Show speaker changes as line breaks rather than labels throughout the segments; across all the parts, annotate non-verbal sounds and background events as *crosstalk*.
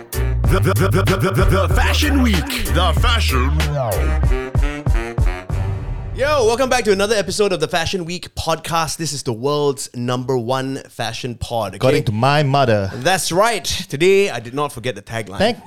The, the, the, the, the, the Fashion Week. The Fashion
Yo, welcome back to another episode of the Fashion Week podcast. This is the world's number one fashion pod. okay?
According to my mother.
That's right. Today, I did not forget the tagline.
Thank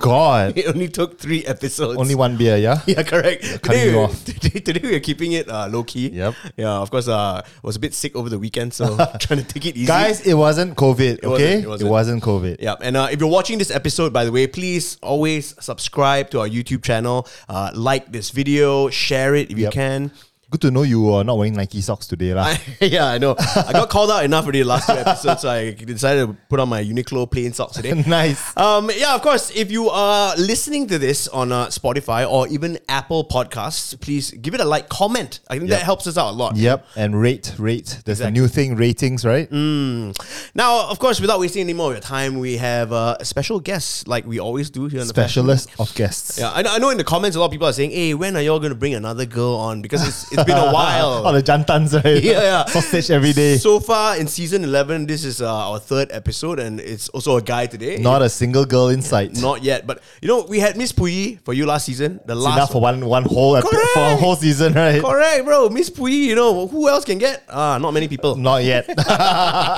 *laughs*
God.
it only took three episodes.
Only one beer, yeah?
*laughs* Yeah, correct. Today,
you
we- *laughs*
off.
today, today we're keeping it uh, low key.
Yep.
Yeah, of course, uh, I was a bit sick over the weekend,
*laughs*
so trying to take it easy.
Guys, it wasn't COVID, okay?
wasn't, it
It
wasn't.
wasn't, COVID.
Yeah, and uh, if you're watching this episode, by the way, please always subscribe to our YouTube channel, uh, like this video, share it if you
Yep.
can.
Good to know you are not wearing Nike socks today, lah.
*laughs* I, yeah, I know. I got called out enough already the last two episodes, so I decided to put on my Uniqlo plain socks today.
*laughs* *laughs* nice.
Um, yeah, of course. If you are listening to this on uh, Spotify or even Apple Podcasts, please give it a like, comment. I think that
Yep.
helps us out a lot.
Yep, and rate, rate. There's a new thing, ratings, right?
Mm, Now, of course, without wasting any more of your time, we have uh, a special guest, like we always do here on the Fashion
Specialist of guests. *laughs*
Yeah, I know, I know in the comments a lot of people are saying, hey, when are y'all going to bring another girl on? Because it's, it's been
*laughs*
a while.
oh, the jantans,
*laughs*
right?
Yeah, yeah.
Sausage every day.
So far in season 11, this is uh, our third episode, and it's also a guy today.
not a single girl in sight.
Not yet, but you know, we had Miss Puyi for you last season. The
It's enough
last
for one, one whole epi-
Correct.
for a whole season, right?
Correct, bro. Miss Puyi, you know, who else can get? Ah, not many people. *laughs*
Not yet.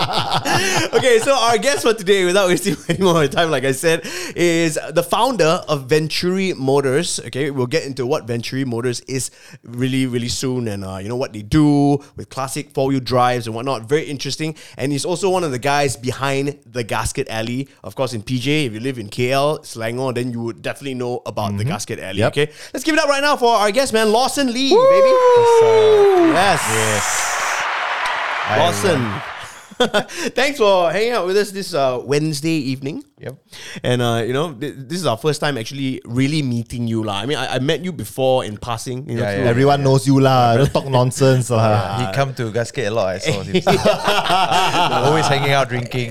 okay, so our guest for today, without wasting *laughs* any more time, like I said, is the founder of Venturi Motors. Okay, we'll get into what Venturi Motors is really, really soon, and uh, you know what they do with classic four wheel drives and whatnot. Very interesting, and he's also one of the guys behind the Gasket Alley. Of course, in PJ, if you live in KL, Selangor, then you would definitely know about the Gasket Alley.
Yep.
Okay, let's give it up right now for our guest, man, Lawson Lee, baby. Yes.
I-
Awesome. *laughs* Thanks for hanging out with us this uh, Wednesday evening.
Yep.
And uh, you know, th- this is our first time actually really meeting you, lah. I mean, I-, I met you before in passing. You know,
Yeah,
through-
Everyone knows you, lah. Don't
*laughs*
talk nonsense, lah.
He come to Gasket a lot. I
*laughs*
saw him. *laughs* Always hanging out drinking.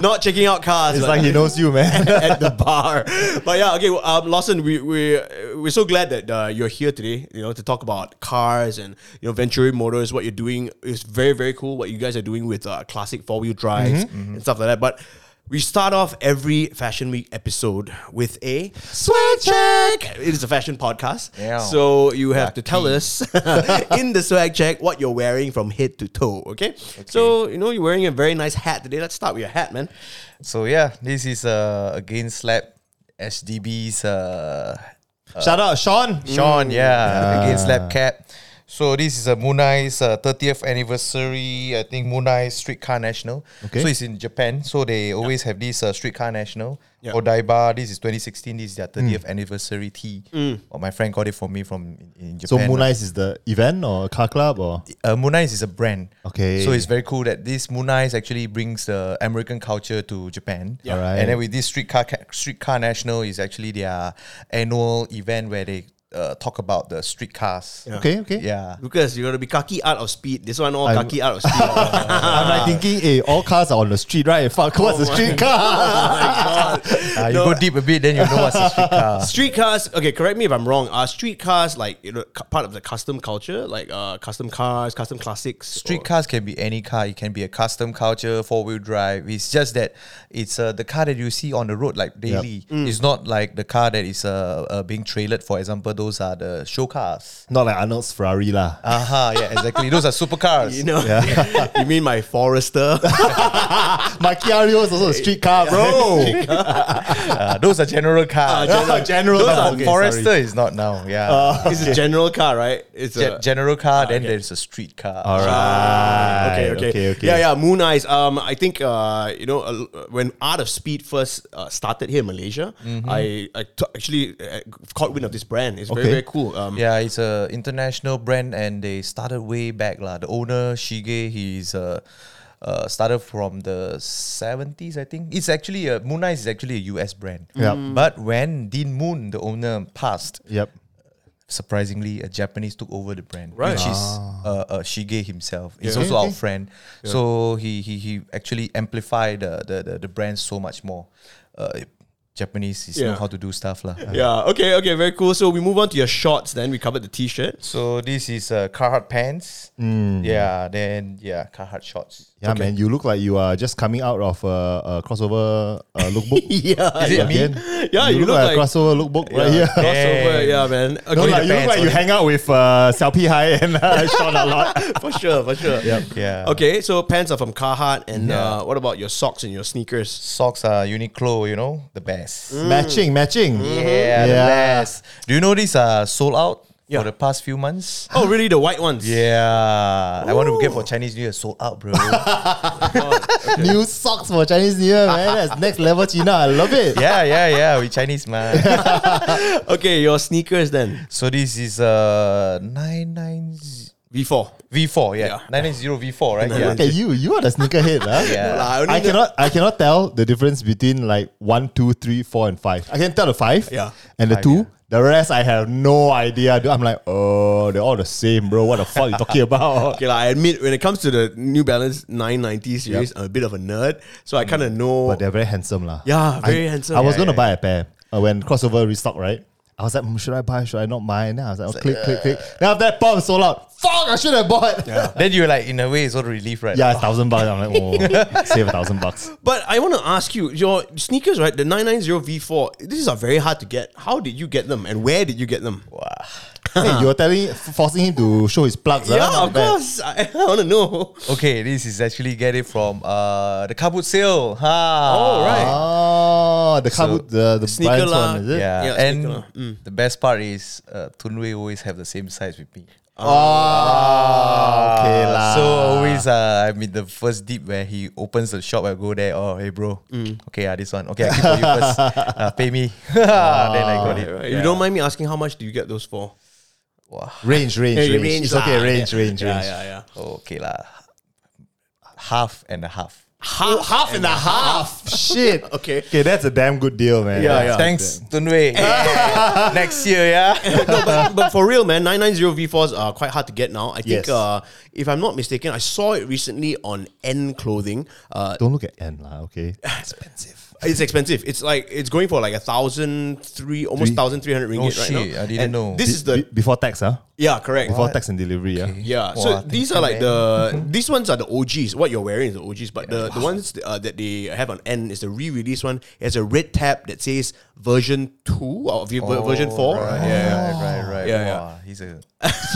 not checking out cars.
It's
but-
like he knows you, man.
*laughs* at the bar. But yeah, okay, well, um, Lawson, we we we're so glad that uh, you're here today. You know, to talk about cars and you know Venturi Motors. What you're doing is very very cool. What you guys are doing with uh, classic four wheel drives and stuff like that. But we start off every Fashion Week episode with a swag check. It is a fashion podcast,
Yeah.
so you have to tell us *laughs* in the swag check what you're wearing from head to toe. Okay? so you know you're wearing a very nice hat today. Let's start with your hat, man.
So yeah, this is uh, again slap SDB's uh,
Shout out, Sean.
Sean, yeah, against Lab Cap. So this is a Munai's uh, 30th anniversary. I think Munai Streetcar National.
Okay.
So it's in Japan. So they always have this uh, Streetcar National.
Yeah.
Odaiba. This is 2016. This is their 30th
Mm.
anniversary tea. Or my friend got it for me from in, in
So
Japan.
Moon Eyes is the event or a car club or
uh, Munais is a brand.
Okay.
So it's very cool that this Munais actually brings the American culture to Japan.
Yeah.
Alright.
And then with this streetcar Ca- streetcar national is actually their annual event where they uh, talk about the streetcars. Yeah.
okay, okay.
Yeah.
Lucas, you gotta be kaki out of speed. This one all
I'm-
kaki out of speed.
*laughs* I'm like thinking, hey, all cars are on the street, right? Fuck, what's a street *laughs* car?
Ah, you
No.
go deep a bit, then you know what's a
*laughs*
streetcar.
street cars. Okay, correct me if I'm wrong. Are street cars like you know cu- part of the custom culture, like uh, custom cars, custom classics? or- *laughs*
Street cars can be any car. It can be a custom culture, four wheel drive. It's just that it's uh, the car that you see on the road like daily. It's not like the car that is uh, uh, being trailered. For example, those are the show cars.
Not like Arnold's Ferrari lah.
Aha, yeah, exactly. Those are supercars.
You know, *laughs* you mean my Forester?
My Chiario is also a *laughs* street car, bro.
Uh, those are general cars. *laughs*
general- general
Those
car.
are
Okay,
Forester
sorry.
is not now. Yeah.
Oh,
it's a general car, right? It's
Ge-
a
Uh, general car, then there's a street car. All right.
Ah, okay, okay,
okay, okay.
Yeah, yeah. Moon Eyes. Um, I think uh, you know, uh, when Art of Speed first uh, started here in Malaysia,
Mm-hmm.
I I t- actually uh, caught wind of this brand. It's very
Okay.
very cool. Um,
Yeah, it's a international brand, and they started way back lah. The owner Shige, he's uh, uh started from the seventies, I think. It's actually a Moon Eyes is actually a US brand.
Yep.
But when Dean Moon, the owner, passed,
yep.
surprisingly, a Japanese took over the brand,
Right.
which is uh, uh, Shige himself. He's
Yeah.
also
Okay,
our friend, so he he he actually amplified the the, the, the brand so much more. Uh, Japanese is
Yeah.
know how to do stuff lah.
Yeah. Okay. Okay. Very cool. So we move on to your shorts. Then we covered the t-shirts.
So this is uh, Carhartt pants. Yeah, then Mm. yeah, Carhartt shorts.
Yeah, man, you look like you are just coming out of a, a crossover uh, *laughs* lookbook.
yeah.
Is it me?
Again,
Yeah, you
you,
look
look, like, a
like-
crossover lookbook right here.
Crossover. Yeah, man.
*laughs* No,
Okay.
like, you look
pants
like you
only.
hang out with uh, Xiao Pi Hai and uh, *laughs* Sean a lot.
for sure. For sure.
Yeah.
Okay. So pants are from Carhartt, and
Yeah.
uh, what about your socks and your sneakers?
Socks are Uniqlo, you know, the best.
Mm.
Matching, matching.
Yeah, the
Mm. Yeah.
best. Do you know these are sold out
Yeah.
for the past few months?
Oh, really? The white ones?
Yeah. I want to get for Chinese New Year sold out, *laughs* bro.
New socks for Chinese New Year, man. That's next level China. I love it.
yeah, yeah, yeah. We Chinese man.
Okay. Your sneakers then.
so this is uh nine nine
V4.
V four,
Yeah.
yeah. Nine nine zero V four, right?
Look at you. You are the sneakerhead, huh?
Yeah.
Nah, only
I
the-
cannot I cannot tell the difference between like one, two, three, four, and five. I can tell the five
Yeah.
and the
Five,
two.
yeah.
The rest I have no idea. dude. I'm like, oh, they're all the same, bro. What the fuck you talking about?
*laughs* Okay, like, I admit when it comes to the New Balance 990 series, I'm a bit of a nerd, so I kind of know.
But they're very handsome, lah.
yeah,
I-
very handsome.
I was
Yeah,
gonna
yeah,
buy a pair uh, when crossover restock, right? I was like, mm, should I buy? Should I not buy? And then I was like, oh, click, click, click. Then after that, pump sold out. Fuck, I should have bought. *laughs* Yeah,
Then you're like in a way it's all relief, right?
a thousand bucks. I'm
*laughs*
like, oh, save a thousand bucks.
But I want to ask you, your sneakers, right? The 990 V4, these are very hard to get. How did you get them and where did you get them?
Wow.
Hey, you're telling, forcing him to show his plugs. huh?
yeah,
Not
of
bad.
course. *laughs* I, want to know.
Okay, this is actually get it from uh the Kabut sale. Ha.
Oh, right.
Oh, the car boot, the, the
Sneaker
Brian's
lah.
one, is it?
Yeah.
Yeah,
and
sneaker lah.
mm.
the best part is uh, Tun Wei always have the same size with me.
Oh, okay
Uh,
lah.
So always uh, I mean the first dip where he opens the shop, I go there. Oh hey bro,
Mm.
okay uh, this one. Okay, I keep for you
*laughs*
first. Uh, pay me. *laughs*
Ah,
then I got it.
You don't mind me asking how much do you get those for?
range, range,
Hey,
range.
range
It's okay,
lah.
range, range,
Yeah,
range.
yeah, yeah.
Okay lah, half and a half.
Half, half and a half.
Shit.
*laughs* Okay.
Okay, that's a damn good deal, man.
Yeah, yeah.
Thanks
*laughs*
Tun Wei. Next year, yeah.
no, but, but for real, man, 990 V4s are quite hard to get now. I think,
Yes.
uh, if I'm not mistaken, I saw it recently on N Clothing. Uh,
Don't look at N lah, okay? Expensive.
It's expensive. It's like it's going for like a thousand three, almost thousand three hundred
Oh,
ringgit right
shit,
now.
I didn't
And
know.
This is the
Be- before tax, huh?
yeah, correct.
Before tax and delivery, yeah.
Yeah, so
Wow,
these
thank
are
you,
like the these ones are the OGs. What you're wearing is the OGs, but the, the ones uh, that they have on N is the re-release one. It has a red tab that says version two or v- version four.
Oh, Right,
Yeah.
yeah, right, right.
Yeah, yeah.
Wow, He's a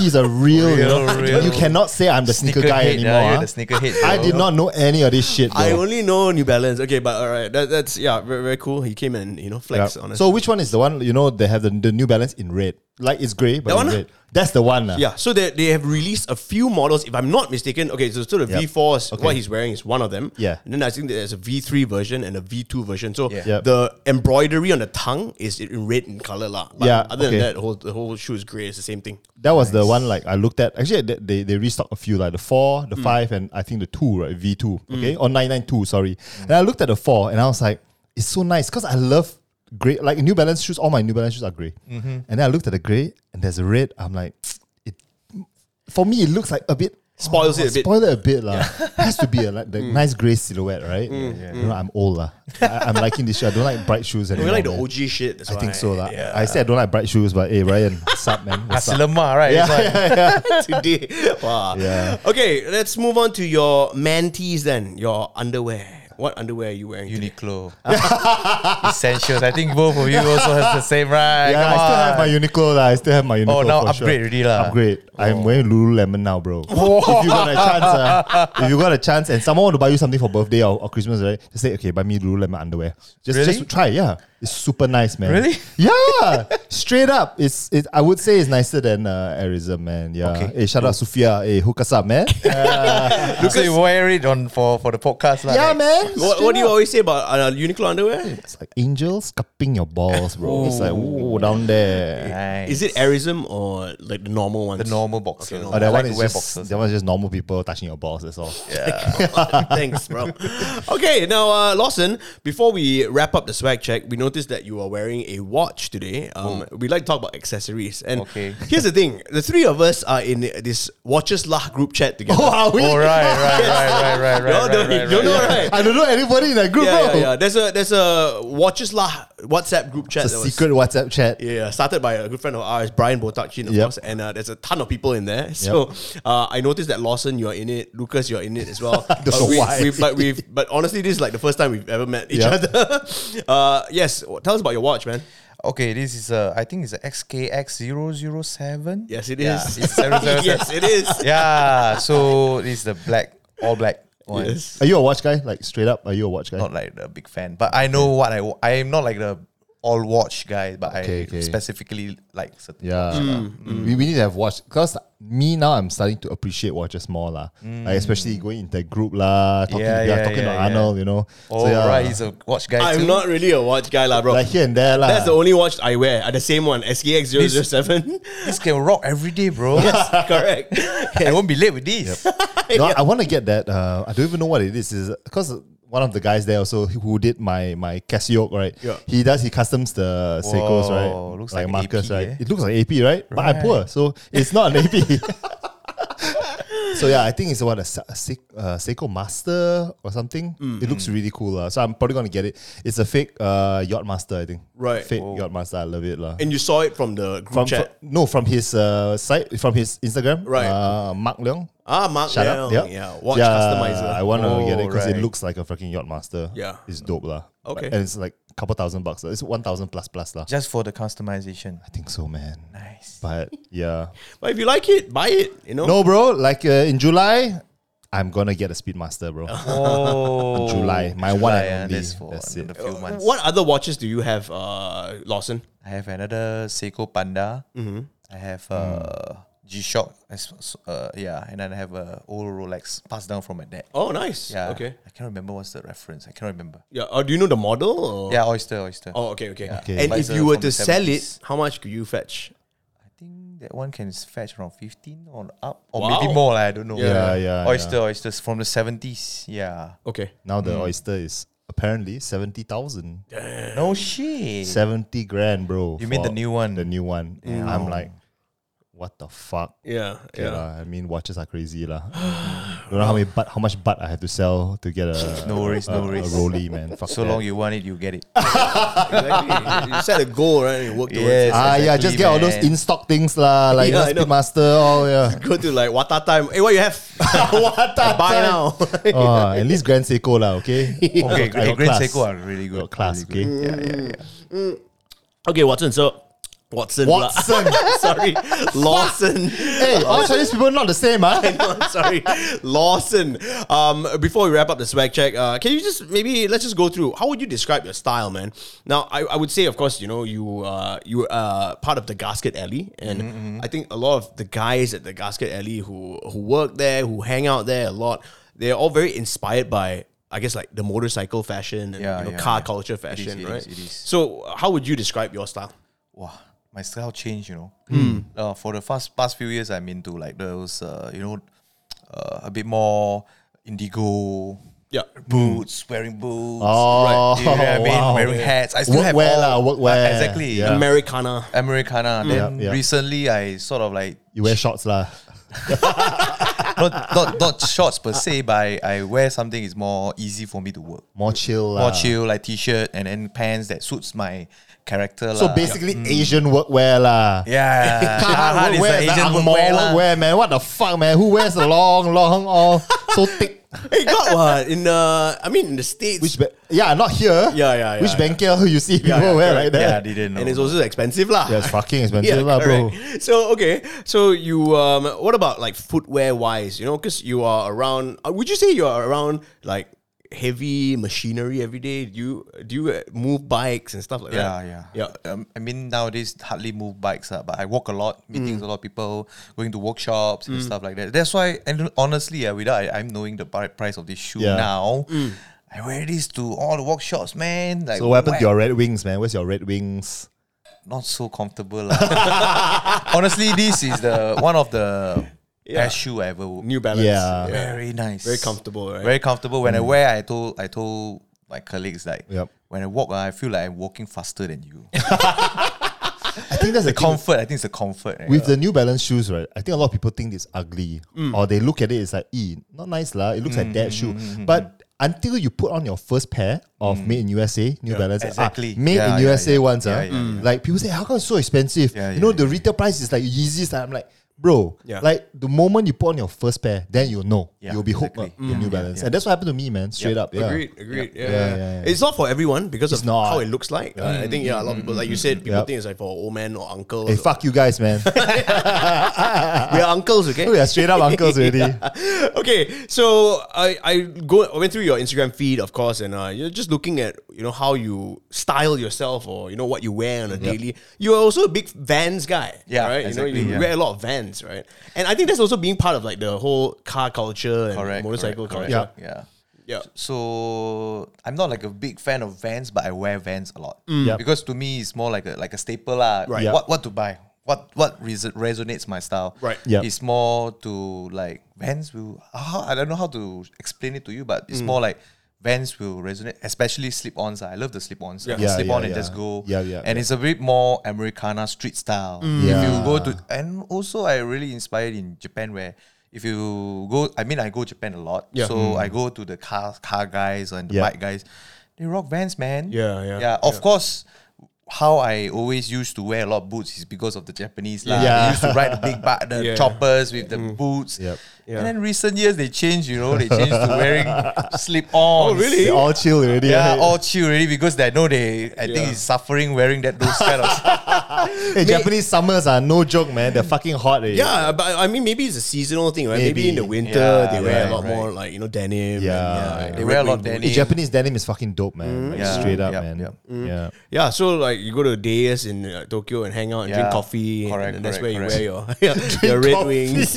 He's a real, you, know,
Real, real.
you cannot say I'm the *laughs* sneaker, guy
head,
anymore.
yeah, you're
huh?
the sneaker head,
*laughs* I
bro.
did not know any of this shit.
I
bro.
only know New Balance. Okay, but all right, that, that's yeah, very, very cool. He came and you know
Yeah.
flex on us.
So which one is the one you know they have the, the New Balance in red? Like it's grey, but
That
in
one,
red. That's the one. lah.
Yeah, so they, they have released a few models. If I'm not mistaken, okay, so still the
Yep.
V4 is what
Okay.
he's wearing is one of them.
Yeah.
And then I think there's a V3 version and a V2 version. So
Yeah.
Yep.
the embroidery on the tongue is in red in color lah. But
Yeah,
Other than
okay.
that, the whole the whole shoe is grey. It's the same thing.
That was the one like I looked at. Actually, they, they, they restocked a few like the four,
Mm.
the five, and I think the two, right? V two, okay, or nine nine two. Sorry.
Mm.
And I looked at the four, and I was like, it's so nice because I love gray. Like New Balance shoes, all my New Balance shoes are gray.
Mm-hmm.
And then I looked at the gray, and there's a red. I'm like, it. For me, it looks like a bit.
Spoils it a bit. Mm.
Spoil it a bit, lah. Has to be a like,
*laughs*
the nice gray silhouette, right? You know, I'm old, lah. I, I'm liking this shoe. I don't like bright
*laughs*
shoes
We
anymore.
like the
man.
OG shit. That's
I
why.
think so, lah. I said I don't like bright shoes, but hey, Ryan, what's up, man? *laughs* What's up?
Asilema, Ah, right?
Yeah,
That's
*laughs*
why-
Today. Wow.
Yeah.
Okay, let's move on to your manties then. Your underwear. What underwear are you wearing? today?
Uniqlo. *laughs* Essentials. I think both of you also has the same, right?
Yeah,
Come
I still have
on. Oh,
my Uniqlo lah. I still have my Uniqlo.
now
for sure.
upgrade already lah. Oh.
Upgrade. I'm wearing Lululemon now,
*laughs*
bro. if you got a chance, uh, if you got a chance, and someone want to buy you something for birthday or, or Christmas, right? Just say, okay, buy me Lululemon underwear. Just
Really?
just try. Yeah, it's super nice, man.
Really?
*laughs* Yeah. Straight up, it's it. I would say it's nicer than uh, Arism, man. Yeah.
Okay.
Hey, shout out Sofia. Hey, hook us up,
*laughs*
man.
So you wear it on for, for the podcast, lah.
yeah,
next.
man.
What, what do you always say about uh, Uniqlo underwear?
It's like angels cupping your balls, bro. It's like
Oh.
ooh, down there.
Nice.
Is it Arism or like the normal ones?
the normal boxer?
Okay,
I
normal.
Oh, that
like
one
to
is
wear
just
boxers.
that one's just normal people touching your balls. That's all. *laughs*
*laughs* Thanks, bro. Okay, now uh, Lawson, before we wrap up the swag check, we noticed that you are wearing a watch today. Um, we like to talk about accessories, and
Oh. Okay.
*laughs* here's the thing: the three of us are in this watches lah group chat together.
Oh, are we?
*laughs* Oh, right, right, right, right, right, right,
You all
right,
don't-
right,
you
right,
know,
right.
right?
I don't know know anybody in that group,
yeah,
bro.
yeah,
*laughs*
yeah. There's a there's a watches lah WhatsApp group chat.
It's a
that was-
secret WhatsApp chat.
yeah, started by a good friend of ours, Brian Botakchin, of
Yep.
course, and uh, there's a ton of people in there. So uh, I noticed that Lawson, you're in it, Lucas, you're in it as
*laughs*
well.
Don't
But
know
we,
why.
We've, like, we've, but honestly, this is like the first time we've ever met each
Yeah.
other. *laughs* uh, yes, tell us about your watch, man.
Okay, this is uh, I think it's a XKX007.
Yes, it
Yeah,
is.
it's
*laughs*
007.
yes, it is.
yeah, so this is the black, all black
*laughs*
one.
Yes.
Are you a watch guy? Like straight up, are you a watch guy?
Not like a big fan, but I know what I. wa- I am not like the all watch guy, but
Okay,
I
okay.
specifically like certain.
Yeah, We, we need to have watch because me now I'm starting to appreciate watches more lah. Like especially going into that group lah, talking
Yeah,
to, yeah,
yeah,
talking to
yeah, yeah.
Arnold, you know.
Oh
yeah,
right, he's a watch guy
I'm
too.
not really a watch guy, lah, bro.
like here and there lah.
That's the only watch I wear. Uh, the same one, SKX007.
This can rock every day,
*laughs*
bro.
*laughs* Correct.
I won't be late with this.
No, I want to get that. Uh, I don't even know what it is. Is because one of the guys there also who did my my Casio, right?
Yeah.
He does. He customs the Seikos,
Whoa,
right?
looks like an
markers,
AP,
right?
eh?
It looks like AP, right? But I'm poor, so it's not an AP. so yeah, I think it's what a, Se- a Se- uh, Seiko Master or something. It looks really cool, lah. So I'm probably gonna get it. It's a fake uh, yacht master, I think.
Right.
Fake yacht master. I love it, lah.
and you saw it from the group
From,
chat.
fr- no, from his uh, site, from his Instagram,
Right.
Uh, Mark Leong.
ah, Mark
Shut
Leong.
up. Yep.
Yeah, watch
Yeah,
customizer.
I want to
Oh,
get it because
right.
it looks like a fucking yacht master.
Yeah.
It's dope lah.
Okay.
And it's like a couple thousand bucks. lah. It's one thousand plus plus lah.
Just for the customization.
I think so, man.
Nice.
But yeah.
But if you like it, buy it. You know.
No, bro. Like uh, in July, I'm gonna get a Speedmaster, bro.
*laughs* Oh,
July, my one and
yeah,
only.
That's for
That's
another
it.
few months.
What other watches do you have, uh, Lawson?
I have another Seiko Panda.
Mm-hmm.
I have
Mm.
uh, G-Shock. as- s- Uh, yeah, and then I have a old Rolex passed down from my dad.
Oh, nice.
Yeah.
Okay.
I can't remember what's the reference. I can't remember.
Yeah. Uh, do you know the model? Or?
Yeah, Oyster, Oyster.
Oh, okay, okay.
Okay.
And
But
if
it's,
you
uh,
were to
from the
sell it,
70s.
how much could you fetch?
I think that one can fetch around 15 or up, or
Wow.
maybe more. lah, I don't know.
Yeah, yeah,
Oyster, Oysters from the 70s. Yeah.
Okay.
Now the
Mm.
oyster is apparently seventy thousand.
No shit.
70 grand, bro.
You mean
for
the new one?
The new one. I'm like, what the fuck?
Yeah.
Okay
yeah.
lah, I mean, watches are crazy lah. *gasps* don't know how many butt, how much butt I have to sell to get a
*laughs* No worries,
a,
no
a
worries.
Rollie, man. Fuck
So
that.
long you want it, you get it.
exactly. *laughs* You- You set a goal, right? And you work towards it.
Yes.
Ah yeah, just
Exactly,
get all those
man.
in stock things
*laughs*
lah, like
Yeah,
yeah,
I know.
Speedmaster. Oh yeah. *laughs*
Go to like Wata time. Hey, what you
*laughs*
have? *laughs* Wata Buy
time.
now.
*laughs* oh, at least Grand Seiko lah, okay.
*laughs* Okay,
I got
great
class.
Seiko are really good. Um,
Got class, okay.
really good. Yeah, yeah,
*laughs*
yeah.
okay, Watson. So, Watson. lah.
*laughs*
Watson.
*laughs* sorry, Lawson.
hey, all Chinese people not the same, ah.
No, *laughs* I'm sorry, Lawson. Um, before we wrap up the swag check, uh, can you just maybe let's just go through how would you describe your style, man? Now, I, I would say, of course, you know, you uh, you uh, part of the Gasket Alley, and
Mm-hmm,
I think a lot of the guys at the Gasket Alley who who work there, who hang out there a lot, they're all very inspired by. I guess like the motorcycle fashion and
Yeah,
you know,
yeah,
car
yeah.
culture
It is,
fashion,
it
right?
is, it is.
So, uh, how would you describe your style?
Wow, my style changed, you know.
Hmm.
Uh, for the past past few years, I'm into like those, uh, you know, uh, a bit more indigo.
Yeah.
Boots, wearing
*laughs*
boots.
Oh,
you know what I mean?
wow.
Wearing hats. I still have
Workwear lah,
all. Ah,
workwear.
Exactly.
Yeah.
Americana.
Americana. Then
Yeah, yeah.
recently, I sort of like
You wear shorts lah.
not not not shorts per se, but I, I wear something is more easy for me to work.
More chill lah.
More chill, like t-shirt and then pants that suits my character.
So
lah. Mm.
basically Asian workwear lah. *laughs*
Uh,
yeah,
Car
Shahad is
workwear,
an
is the
Asian
Angmoh
workwear lah.
workwear, man. What the fuck, man? Who wears the long, long, all so thick?
Hey, got one in uh, I mean in the states.
Which ba- yeah, not here.
Yeah, yeah, yeah,
Which
yeah.
banker you see people
yeah,
wear
correct.
like
Yeah, I
that?
didn't know.
and it's also expensive lah.
Yeah,
*laughs*
it's fucking expensive lah, bro.
correct. So okay, so you um, what about like footwear wise? You know, because you are around. uh, Would you say you are around like heavy machinery every day? Do you do you uh, move bikes and stuff like
yeah,
that?
yeah,
yeah. uh,
Um, I mean, nowadays hardly move bikes, uh, but I walk a lot,
Mm.
meetings a lot of people, going to workshops and stuff like that. That's why, and honestly, uh, without I, I'm knowing the pri- price of this shoe
Yeah. Mm.
now, I wear this to all the workshops, man. Like,
So what happened
whack.
to your red wings, man? Where's your red wings?
not so comfortable. lah. *laughs* Honestly, this is the one of the
Yeah.
best shoe I ever wore.
New Balance.
Yeah.
Very nice.
Very comfortable, right?
Very comfortable. When I wear, I told I told my colleagues like
Yup.
when I walk, ah, I feel like I'm walking faster than you.
I think that's the thing.
comfort, I think it's the comfort. eh.
With the New Balance shoes, right? I think a lot of
Mm. mm,
people think it's ugly, or they look at it it's like, "E, not nice lah." It looks like that shoe, but until you put on your first pair of Made in USA New Balance, ah,
exactly.
Made in
Yeah, yeah,
USA
yeah.
ones, ah,
Yeah, yeah, yeah.
like people say, how come it's so expensive? you
Yeah,
know,
yeah,
the retail price is like Yeezys. I'm like, bro,
Yeah.
like the moment you put on your first pair, then you'll know.
Yeah,
you'll be hooked
exactly. Mm,
on the New Balance.
yeah.
And that's what happened to me, man, straight up. Yeah.
Agreed, agreed. Yeah.
Yeah, yeah, yeah.
It's not for everyone because of
not. Mm.
how it looks like. Uh, I think, yeah, a lot of people, like you said, people
Yep.
think it's like for old man or uncle.
Hey, fuck you guys, man.
*laughs*
*laughs*
We are uncles, okay?
we are straight up uncles
*laughs*
already.
*laughs* okay, so I I go I went through your Instagram feed, of course, and uh, you're just looking at you know how you style yourself or you know what you wear on a daily. You are also a big Vans guy,
Yeah,
right? you know
exactly,
you
yeah.
wear a lot of Vans, right? And I think that's also being part of like the whole car culture and
Correct.
motorcycle
correct,
culture.
correct. Yeah.
Yeah.
So I'm not like a big fan of Vans, but I wear Vans a lot
Mm. Yep.
because to me it's more like a like a staple lah.
Right.
Yep.
What what to buy? What what res- resonates my style?
Right.
Yep.
It's more to like Vans will. How, I don't know how to explain it to you, but it's
Mm.
more like Vans will resonate, especially slip-ons. ah. I love the slip-ons.
Yeah.
Yeah,
slip on
yeah,
and just
yeah.
go.
Yeah, yeah, yeah.
And
Mm.
it's a bit more Americana street style. If you go to
Ah.
and also I really inspired in Japan where if you go I mean I go Japan a lot.
Yeah. Hmm.
So I go to the car car guys and the
Yeah.
bike guys. They rock vans, man.
Yeah, yeah,
Yeah. Of course how I always used to wear a lot of boots is because of the Japanese lah.
Yeah.
They used to ride the
*laughs*
big ba- the
Yeah. Mm.
choppers with the boots.
Yep.
Yeah.
And then recent years they changed, you know, they changed to
*laughs*
wearing
Oh,
slip-ons.
really?
They all chill already. right?
Yeah, all chill already because they know they.
Yeah.
I think is suffering wearing that those kind of.
Hey, Japanese summers are no joke, man. They're fucking hot. eh.
Yeah, but I mean, maybe it's a seasonal thing, right? Maybe,
Maybe.
in the winter
Yeah,
they wear a
right,
lot
right.
more like you know denim. and,
Yeah.
uh,
They wear a lot
Hey,
denim.
Japanese denim is fucking dope, man. Like,
Yeah.
Straight up,
Yep,
man.
yep.
Yeah.
Yeah, so like you go to Deus in uh, Tokyo and hang out and drink
Yeah.
coffee, and-
Correct,
and that's where
correct,
you wear your *laughs* your red
*laughs*
wings.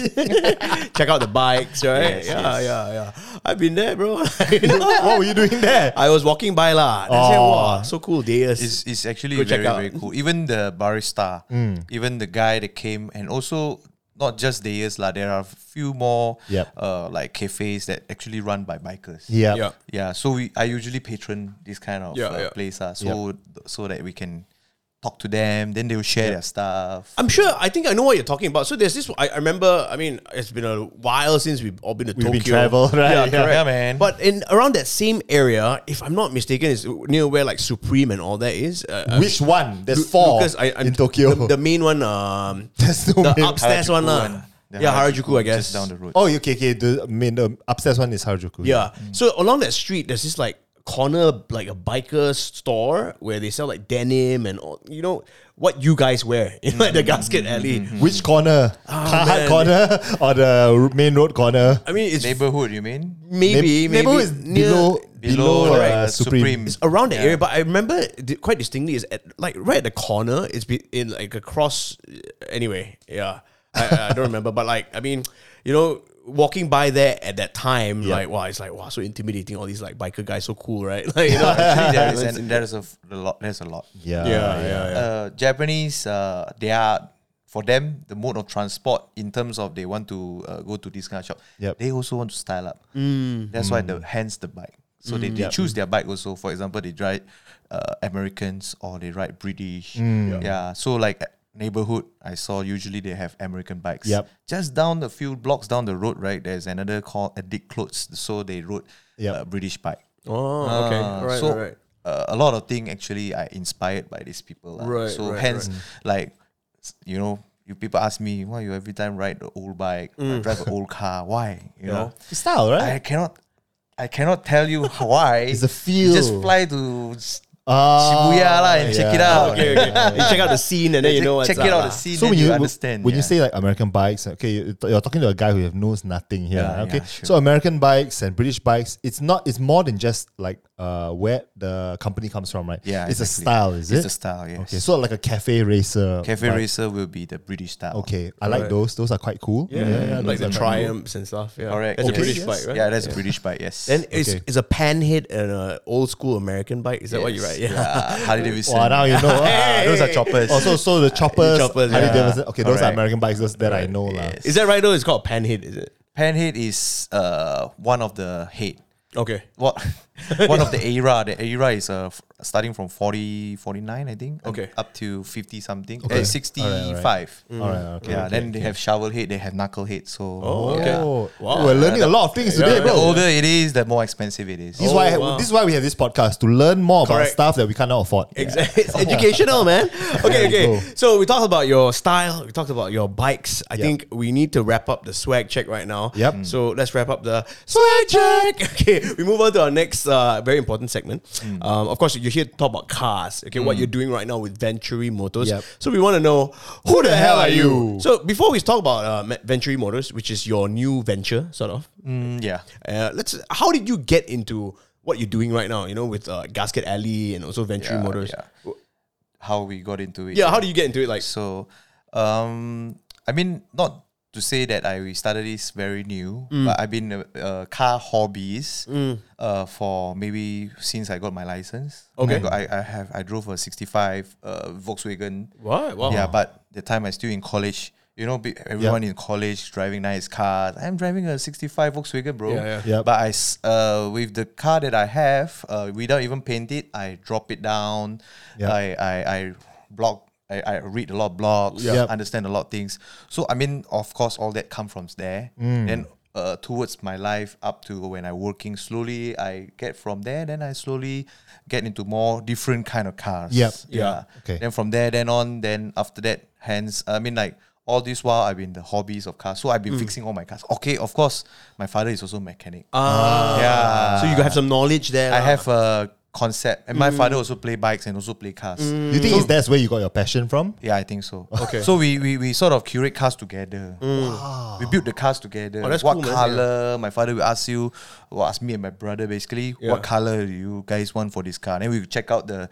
Check out the bikes, right?
Yes,
yeah,
yes.
yeah, yeah. I've been there, bro. *laughs* You know,
*laughs* what were you doing there?
I was walking by lah. Then I said,
Oh.
wow, so cool, Deus.
It's, it's actually
Go check
very,
out. Mm.
very cool. Even the barista, even the guy that came, and also not just theirs, lah. there are a few more
Yep.
uh, like cafes that actually run by bikers.
Yeah.
yeah.
Yeah, so we I usually patron this kind of
Yeah,
uh,
yeah.
place, uh, so so that we can talk to them, then they'll share their stuff.
I'm sure. I think I know what you're talking about. So there's this. I, I remember. I mean, it's been a while since we've all been to
We've
Tokyo.
been travel, right?
*laughs* Yeah,
Yeah.
correct.
Yeah, man.
But in around that same area, if I'm not mistaken, is near where like Supreme and all that is. Uh, uh,
Which one?
Lu-
There's four
Lucas, I- I'm-
in Tokyo.
The, the main one, um,
*laughs* There's no
the
main-
upstairs one, lah.
The
Yeah, Harajuku, I guess.
Just down the road.
oh, okay, okay. The main the upstairs one is Harajuku.
Yeah. So along that street, there's this like corner, like a biker store where they sell like denim and all, you know what you guys wear in like the gasket alley.
Which corner? *laughs*
Oh, man.
Carhartt corner or the main road corner?
I mean, it's
Neighborhood, you mean?
maybe
Neigh-
maybe
neighborhood is
near-
below below,
Below,
uh,
uh,
Supreme.
Supreme.
*laughs* It's around that
Yeah.
area, but I remember di- quite distinctly is at like right at the corner. It's be in like across. Anyway, yeah, I, I don't *laughs* remember, but like I mean, you know, walking by there at that time, like wow, it's like wow, so intimidating. All these like biker guys, so cool, right? *laughs* Like you know,
Actually, *laughs* there is an, there is a, f- a lot. There's a lot.
Yeah,
yeah, yeah, yeah.
uh, Japanese, uh, they are for them the mode of transport in terms of they want to uh, go to this kind of shop.
Yep. Mm.
They also want to style up. That's why the hence the bike. So they, they choose their bike also. For example, they ride uh, Americans or they ride British. Yeah. So like uh, neighborhood, I saw usually they have American bikes.
Yep.
Just down a few blocks down the road, right? There's another called Addict Clothes. So they rode
Yep.
uh, British bike.
Oh, okay,
Ah,
all right,
so
all
*laughs*
right.
Uh, a lot of thing actually are inspired by these people. lah.
Right,
so
right,
hence, like, s- you know, you people ask me why you every time ride the old bike,
Mm.
uh, drive an old car. Why? You know,
It's style, right?
I cannot, I cannot tell you *laughs* h- why.
It's a
You Just
feel.
fly to s-
Ah,
Shibuya lah and check it
yeah.
out.
Okay,
*laughs*
okay. you check out the scene and then you
check,
know what's
check it
up
out the
lah.
scene.
So when you,
understand
when you
yeah.
say like American bikes, okay, you- you're talking to a guy who have knows nothing here.
Yeah,
okay,
yeah, sure.
so American bikes and British bikes, it's not, it's more than just like uh where the company comes from, right?
yeah,
it's
exactly.
a style, is
it's
it?
a style. Yes.
Okay, so like a cafe racer.
Cafe
bike.
racer will be the British style.
Okay, I like those. Those are quite cool. Yeah,
like
those
the
are quite
triumphs and stuff. Yeah,
Correct.
That's
yes.
a British
yes.
bike, right?
Yeah, that's a British bike. Yes.
Then it's,
Okay.
it's a panhead and an old school American bike. Is that what you
Yes.
write? Yeah.
Harley Davidson.
Wow, now you know.
*laughs*
ah,
Those are choppers.
Also, so *laughs* the choppers,
choppers,
Harley
yeah.
Davidson. Okay, those are
Correct.
American bikes those that I know lah.
Yes.
Is that right though? It's called panhead, is it?
Panhead is uh one of the head.
Okay.
What *laughs* One of the era, the era is uh, f- starting from 40, 49, I think, and
Okay.
up to 50 something,
Okay.
uh, 65.
All right, okay.
yeah,
okay,
then they
okay.
have shovel head, they have knucklehead. So,
Oh, okay.
yeah.
Oh, We're learning a lot of things today,
The
bro.
older it is, the more expensive it is.
This is why
Oh, wow.
this is why we have this podcast to learn more
Correct.
about stuff that we cannot afford.
Exactly. *laughs* It's educational, *laughs* man. Okay,
go.
okay. So we talked about your style. We talked about your bikes. I
Yep.
think we need to wrap up the swag check right now.
Yep. Mm.
So let's wrap up the swag check. *laughs* Okay, we move on to our next uh, very important segment. Um, of course, you're here to talk about cars. Okay, what you're doing right now with Venturi Motors.
Yep.
So we want to know who the hell are you?
you?
So before we talk about uh, Ma- Venturi Motors, which is your new venture, sort of.
Mm, yeah.
Uh, let's. How did you get into what you're doing right now? You know, with uh, Gasket Alley and also Venturi
Yeah,
Motors.
yeah. How we got into it.
Yeah, how do you get into it? Like,
So, um, I mean, not to say that I started this very new, but I've been a, a car hobbyist uh, for maybe since I got my license.
Okay.
I, got, I, I have I drove a '65 uh, Volkswagen.
What? Wow.
Yeah, but the time I still in college. You know, be- everyone in college driving nice cars. I'm driving a '65 Volkswagen, bro.
Yeah, yeah.
Yep.
But I, s- uh, with the car that I have, uh, without even paint it, I drop it down.
Yeah.
I, I, I blog. I, I read a lot of blogs.
Yep.
Understand a lot of things. So I mean, of course, all that comes from there.
Mm.
Then. Uh, towards my life up to when i working slowly i get from there then i slowly get into more different kind of cars
Yep.
yeah
Okay.
then from there then on then after that hence i mean like all this while i've been the hobbies of cars so i've been fixing all my cars okay of course my father is also mechanic
Ah.
yeah
So you have some knowledge there.
I
lah.
have a concept, and my father also play bikes and also play cars.
You think it's that's where you got your passion from?
Yeah, I think so. Okay. So we, we, we sort of curate cars together. We build the cars together.
Mm. Oh, that's
what
cool, man.
color? My father will ask you, will ask me and my brother basically, what color do you guys want for this car? And we check out the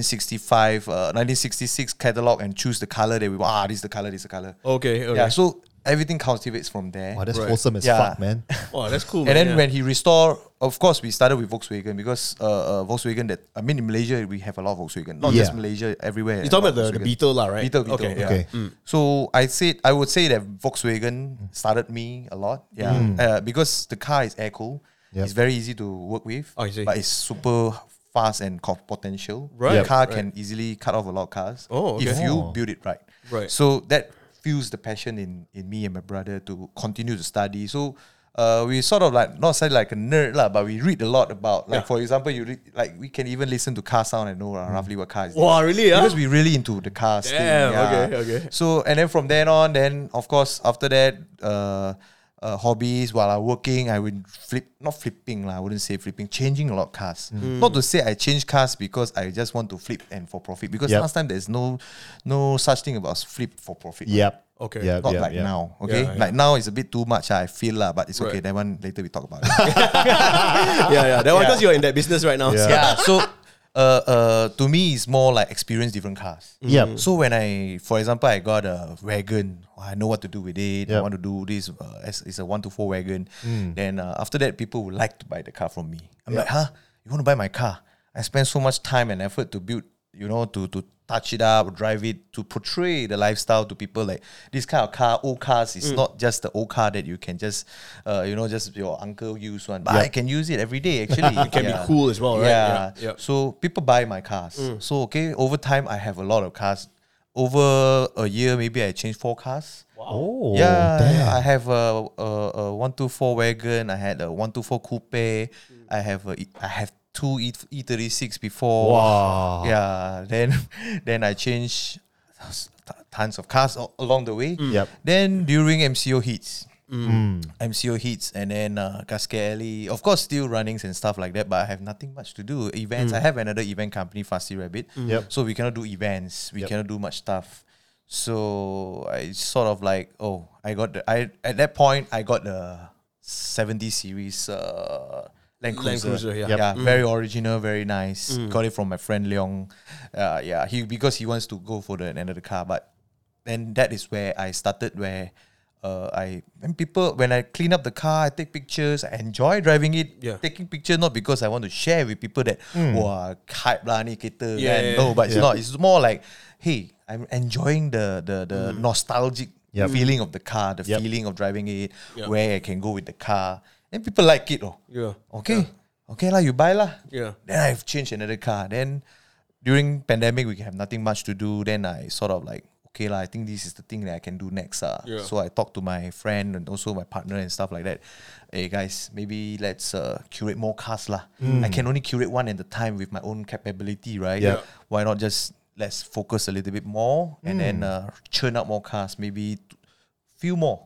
1965, uh, 1966 catalog and choose the color that we want. Ah, this is the color, this is the color.
Okay. okay.
Yeah. So everything cultivates from there.
Wow, that's
Right.
wholesome as
Yeah.
fuck,
*laughs*
man.
oh, that's cool. man,
And then
yeah.
when he restore, of course, we started with Volkswagen because uh, uh, Volkswagen that I mean in Malaysia we have a lot of Volkswagen, not just
Yeah.
Malaysia, everywhere.
you talk about
a lot
the,
of
the
Volkswagen.
Beetle, lah, right?
Beetle, Beetle,
Okay.
yeah.
okay.
So I said I would say that Volkswagen started me a lot, yeah, uh, because the car is air cool.
Yep.
It's very easy to work with,
Oh, I see.
but it's super fast and co- potential.
Right,
the car
right.
can easily cut off a lot of cars
Oh, okay.
if you
Oh.
build it right.
Right.
So that fuels the passion in, in me and my brother to continue to study. So uh, we sort of like not say like a nerd lah, but we read a lot about like for example you read like we can even listen to car sound and know uh, roughly what car is.
Wow, really, ah?
Because we really into the cars. thing,
Damn,
yeah.
okay, okay.
So and then from then on, then of course after that, uh, uh, hobbies while I'm working, I would flip not flipping lah. I wouldn't say flipping, changing a lot of cars.
Hmm.
Hmm. Not to say I change cars because I just want to flip and for profit. Because
Yep.
last time there's no no such thing about flip for profit.
Yep.
Okay.
Yep,
Not
yep,
like
yep.
now, okay.
Yeah,
Like now, it's a bit too much. I feel lah, but it's
Right.
okay. That one later we talk about. it.
*laughs* yeah, yeah. That one because you're in that business right now.
Yeah.
yeah. *laughs* So, uh, uh, to me, it's more like experience different cars.
Mm.
Yep.
So when I, for example, I got a wagon, I know what to do with it. I
Yep.
want to do this. Uh, as- it's a one to four wagon.
Mm.
Then uh, after that, people would like to buy the car from me. I'm like, huh? You want to buy my car? I spent so much time and effort to build. You know, to to touch it up, drive it, to portray the lifestyle to people. Like this kind of car, old cars, it's
Mm.
not just the old car that you can just, uh, you know, just your uncle use one. But I can use it every day.
*laughs*
Actually, it
can be cool as well, right?
Yeah.
Yeah, Mm. yeah.
So people buy my cars. So okay, over time I have a lot of cars. Over a year, maybe I change four cars.
Oh,
yeah,
damn.
I have a, a, a one two four wagon. I had a one two four coupe.
Mm.
I have a, E- I have two E E thirty six before.
Wow.
Yeah. Then *laughs* then I change tons of cars a- along the way.
Mm. Yep. Mm.
Then during MCO hits. MCO hits and then uh, Cascade Alley, of course, still runnings and stuff like that. But I have nothing much to do. Events, I have another event company, Fasty Rabbit.
Mm. Yep.
So we cannot do events. We cannot do much stuff. So I sort of like, oh, I got the I at that point I got the seventy series uh, Land Cruiser.
Land Cruiser, yeah.
yeah, very
Mm.
original, very nice. Got it from my friend Leong. Uh, yeah, he because he wants to go for the another car, but then that is where I started where uh, I and people when I clean up the car, I take pictures, I enjoy driving it.
Yeah. Mm.
Taking picture not because I want to share with people that wow hype lah ni
Yeah,
kereta kan."
yeah,
No, but it's not. It's more like hey, I'm enjoying the the the
Mm.
nostalgic
Yep.
feeling of the car, the
Yep.
feeling of driving it,
Yeah.
where I can go with the car. And people like it oh.
Yeah.
Okay. okay lah, you buy lah.
Yeah.
Then I've changed another car. Then during pandemic, we have nothing much to do. Then I sort of like, okay lah, I think this is the thing that I can do next. ah.
Yeah.
So I talked to my friend and also my partner and stuff like that. Hey guys, maybe let's uh, curate more cars lah. I can only curate one at a time with my own capability, right?
Yeah.
Why not just let's focus a little bit more and then uh, churn out more cars, maybe t- few more.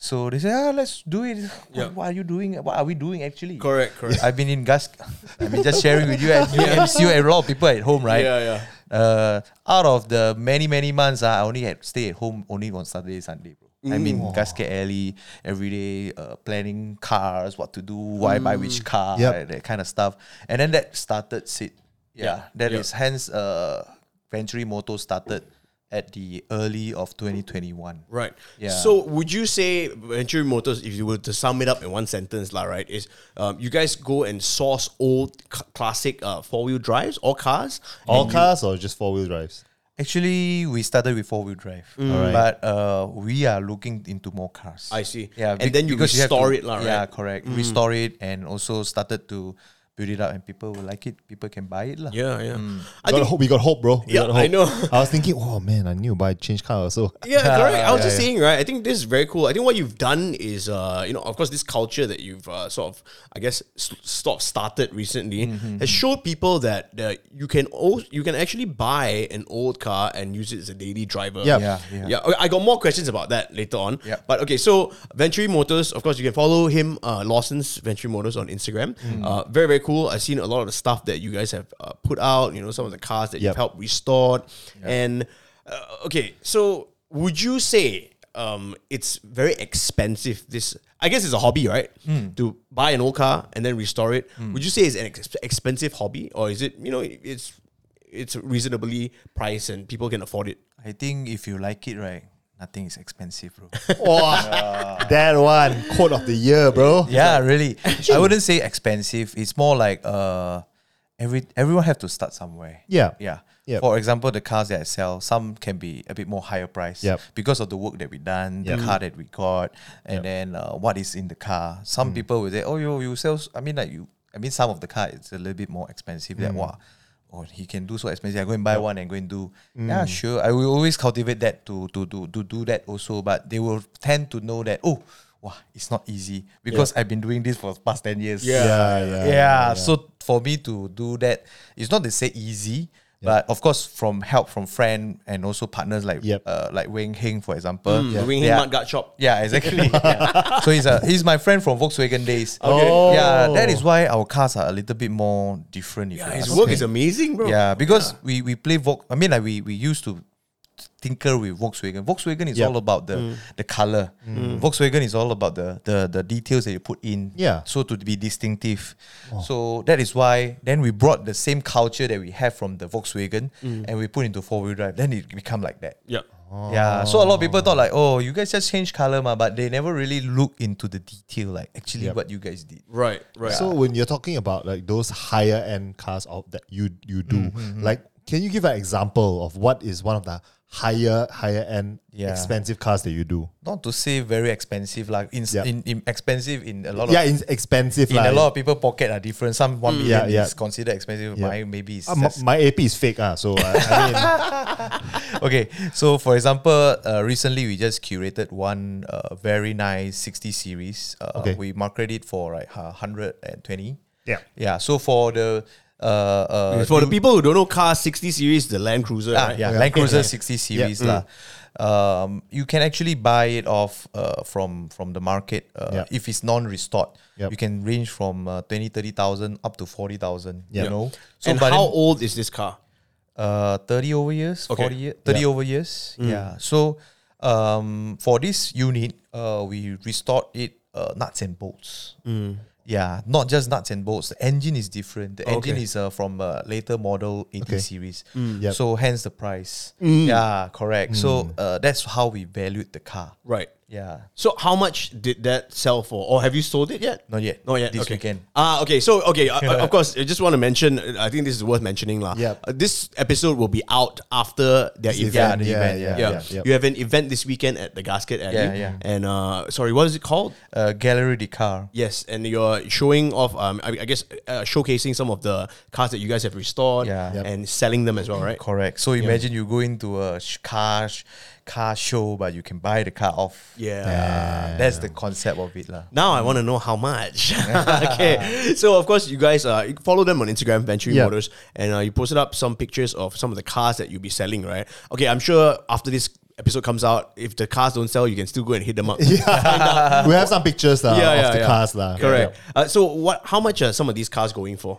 So they say, ah, let's do it. What,
Hmm. Yeah.
what are you doing? What are we doing actually?
Correct, correct.
I've been in gas. I mean, just sharing with you and you MCU and a lot of people at home, right?
Yeah, yeah.
Uh, out of the many many months, ah, I only had stay at home only on Saturday Sunday, bro.
Mm.
I mean, Gasket Alley every day, uh, planning cars, what to do, why buy
Mm.
which car,
Yep.
right, that kind of stuff. And then that started sit. Yeah, that
yeah.
is hence uh, Venturi Moto started at the early of 2021.
Right.
Yeah.
So would you say Venturi Motors, if you were to sum it up in one sentence, lah, right, is um, you guys go and source old c- classic uh, four wheel drives or cars?
All cars or just four wheel drives?
Actually, we started with four wheel drive,
Alright.
but uh, we are looking into more cars.
Mm. I see.
Yeah,
And
bec-
then you
because have
restore
to-
it lah, right? Mm.
Yeah, correct. Restore it and also started to build it up, and people will like it. People can buy it, lah.
Yeah, yeah. I
We Mm. got,
think
hope, we got hope, bro. We
Yeah,
got
I
hope.
know.
I was thinking, oh man, I need to buy a change car also.
*laughs* Yeah, correct. I was
Yeah,
just
yeah.
saying, right? I think this is very cool. I think what you've done is, uh, you know, of course, this culture that you've uh, sort of, I guess, s- sort of started recently
Mm-hmm.
has showed people that uh, you can o- you can actually buy an old car and use it as a daily driver.
Yep.
Yeah,
yeah.
yeah.
okay, I got more questions about that later on.
Yep.
But okay, so Venturi Motors, of course, you can follow him, uh, Lawson's Venturi Motors on Instagram.
Mm.
Uh, very very cool. I've seen a lot of the stuff that you guys have uh, put out. You know, some of the cars that you've
Yep.
helped help restored. And uh, okay, so would you say um, it's very expensive? This I guess it's a hobby, right?
Hmm.
To buy an old car and then restore it. Would you say it's an ex- expensive hobby, or is it you know it's it's reasonably priced and people can afford it?
I think if you like it, right, nothing is expensive,
*laughs*
bro.
Oh, that one quote of the year, bro.
yeah, really. I wouldn't say expensive. It's more like uh, every everyone have to start somewhere.
Yeah.
Yeah.
Yep.
For example, the cars that I sell, some can be a bit more higher price
Yep.
because of the work that we done, the car that we got, and then uh, what is in the car. Some people will say, "Oh, you you sell." s- I mean, like you. I mean, some of the car it's a little bit more expensive. That wow, oh, he can do so expensive. I go and buy one and go and do. Yeah, sure. I will always cultivate that to to to to do that also. But they will tend to know that oh. Wow, it's not easy because I've been doing this for the past 10 years
Yeah, yeah,
yeah. So for me to do that, it's not to say easy, but of course from help from friend and also partners like
Yep.
uh, like Wing Hing for example.
The Wing Hing
Yeah.
Mudguard Shop.
Yeah, exactly. Yeah. So he's a he's my friend from Volkswagen days.
Okay. Oh.
Yeah, that is why our cars are a little bit more different. If you
His
ask
work
me.
is amazing, bro.
Yeah, because we we play Volk. I mean, like we we used to tinker with Volkswagen. Volkswagen is
Yep. Mm.
all about the the color. Volkswagen is all about the the the details that you put in.
Yeah. Oh.
So to be distinctive. So that is why then we brought the same culture that we have from the Volkswagen and we put into four wheel drive. Then it become like that.
Yeah.
Oh.
Yeah, so a lot of people thought like, oh, you guys just change color, ma, but they never really look into the detail, like actually what you guys did.
Right. Right.
So when you're talking about like those higher end cars of that you you do,
Mm,
like can you give an example of what is one of the higher higher end
Yeah.
expensive cars that you do?
Not to say very expensive, like in,
Yeah.
in, in expensive in a lot of
Yeah, it's expensive.
in
lah.
a lot of people pocket are different. Some
Mm.
one million
Yeah, yeah.
is considered expensive.
Yeah.
Mine maybe is
Ah, my,
just-
my AP is fake, ah. So I, I mean,
*laughs*
*laughs*
okay. So for example, uh, recently we just curated one uh, very nice sixty series. Uh,
Okay.
We marketed it for like hundred and twenty.
Yeah.
Yeah. So for the uh, uh,
For the
new-
people who don't know, car 60 series, the Land Cruiser, right?
Ah, yeah,
Yeah.
Land Cruiser
Yeah. Mm.
60 series lah. Um, you can actually buy it off uh, from from the market
Yeah.
uh, if it's non-restored.
Yep.
You can range from uh, 20, 30,000 up to 40,000,
Yeah.
you know.
and
but
how
then-
old is this car?
uh 30 over years
Okay. Mm.
40 year, 30 over years yeah so um for this unit uh we restored it uh, nuts and bolts
Mm.
yeah not just nuts and bolts the engine is different the engine
Okay. Mm.
is uh, from uh, later model 80
Okay.
series
Yep.
so hence the price yeah correct so uh, that's how we valued the car
Right.
yeah
So how much did that sell for, or have you sold it yet?
Not yet.
Not yet.
This
okay.
weekend.
Ah, okay. So okay, uh,
*laughs*
uh, of course. I just want to mention. uh, I think this is worth mentioning, lah.
Yep.
Uh, this episode will be out after their
Yeah,
event.
the event,
Yeah.
yeah,
yeah.
You have an event this weekend at the Gasket Alley.
Yeah, yeah.
And uh, sorry, what is it called?
uh, gallery the car
Yes, and you're uh, showing off, um, I, I guess, uh, showcasing some of the cars that you guys have restored
Yeah. Yep.
and selling them as well, right?
Correct. So imagine you go into a sh- car sh- car show, but you can buy the car off.
Yeah.
Ah, that's the concept of it, lah.
Now I want to know how much. okay, so of course you guys uh, you follow them on Instagram, Venture
Yeah.
Motors, and uh, you posted up some pictures of some of the cars that you'll be selling, right? Okay, I'm sure after this episode comes out, if the cars don't sell, you can still go and hit them up. Uh,
we have some pictures lah
Yeah,
of
yeah,
the
yeah.
cars lah.
Correct. Uh, so what? How much are some of these cars going for?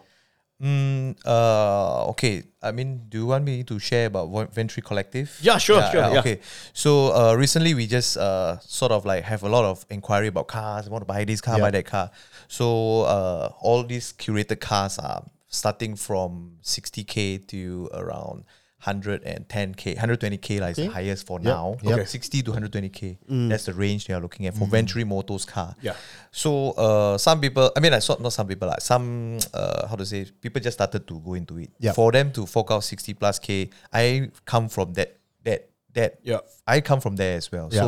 Uh, okay. I mean, do you want me to share about Vo- Venturi Collective?
Yeah, sure, sure, yeah.
Okay. So uh, recently we just uh, sort of like have a lot of inquiry about cars. want to buy this car, buy
Yeah.
that car. So uh, all these curated cars are starting from 60k to around 110k, 120k like is
Okay.
the highest for
Yep,
now.
yep.
Okay. 60 to 120k. That's the range they are looking at for Venturi Motors car.
Mm. Yeah.
So uh, some people, I mean, I saw not some people, like some uh, how to say, people just started to go into it.
Yep.
For them to fork out sixty plus k, I come from that that that.
Yep.
I come from there as well.
Yeah.
So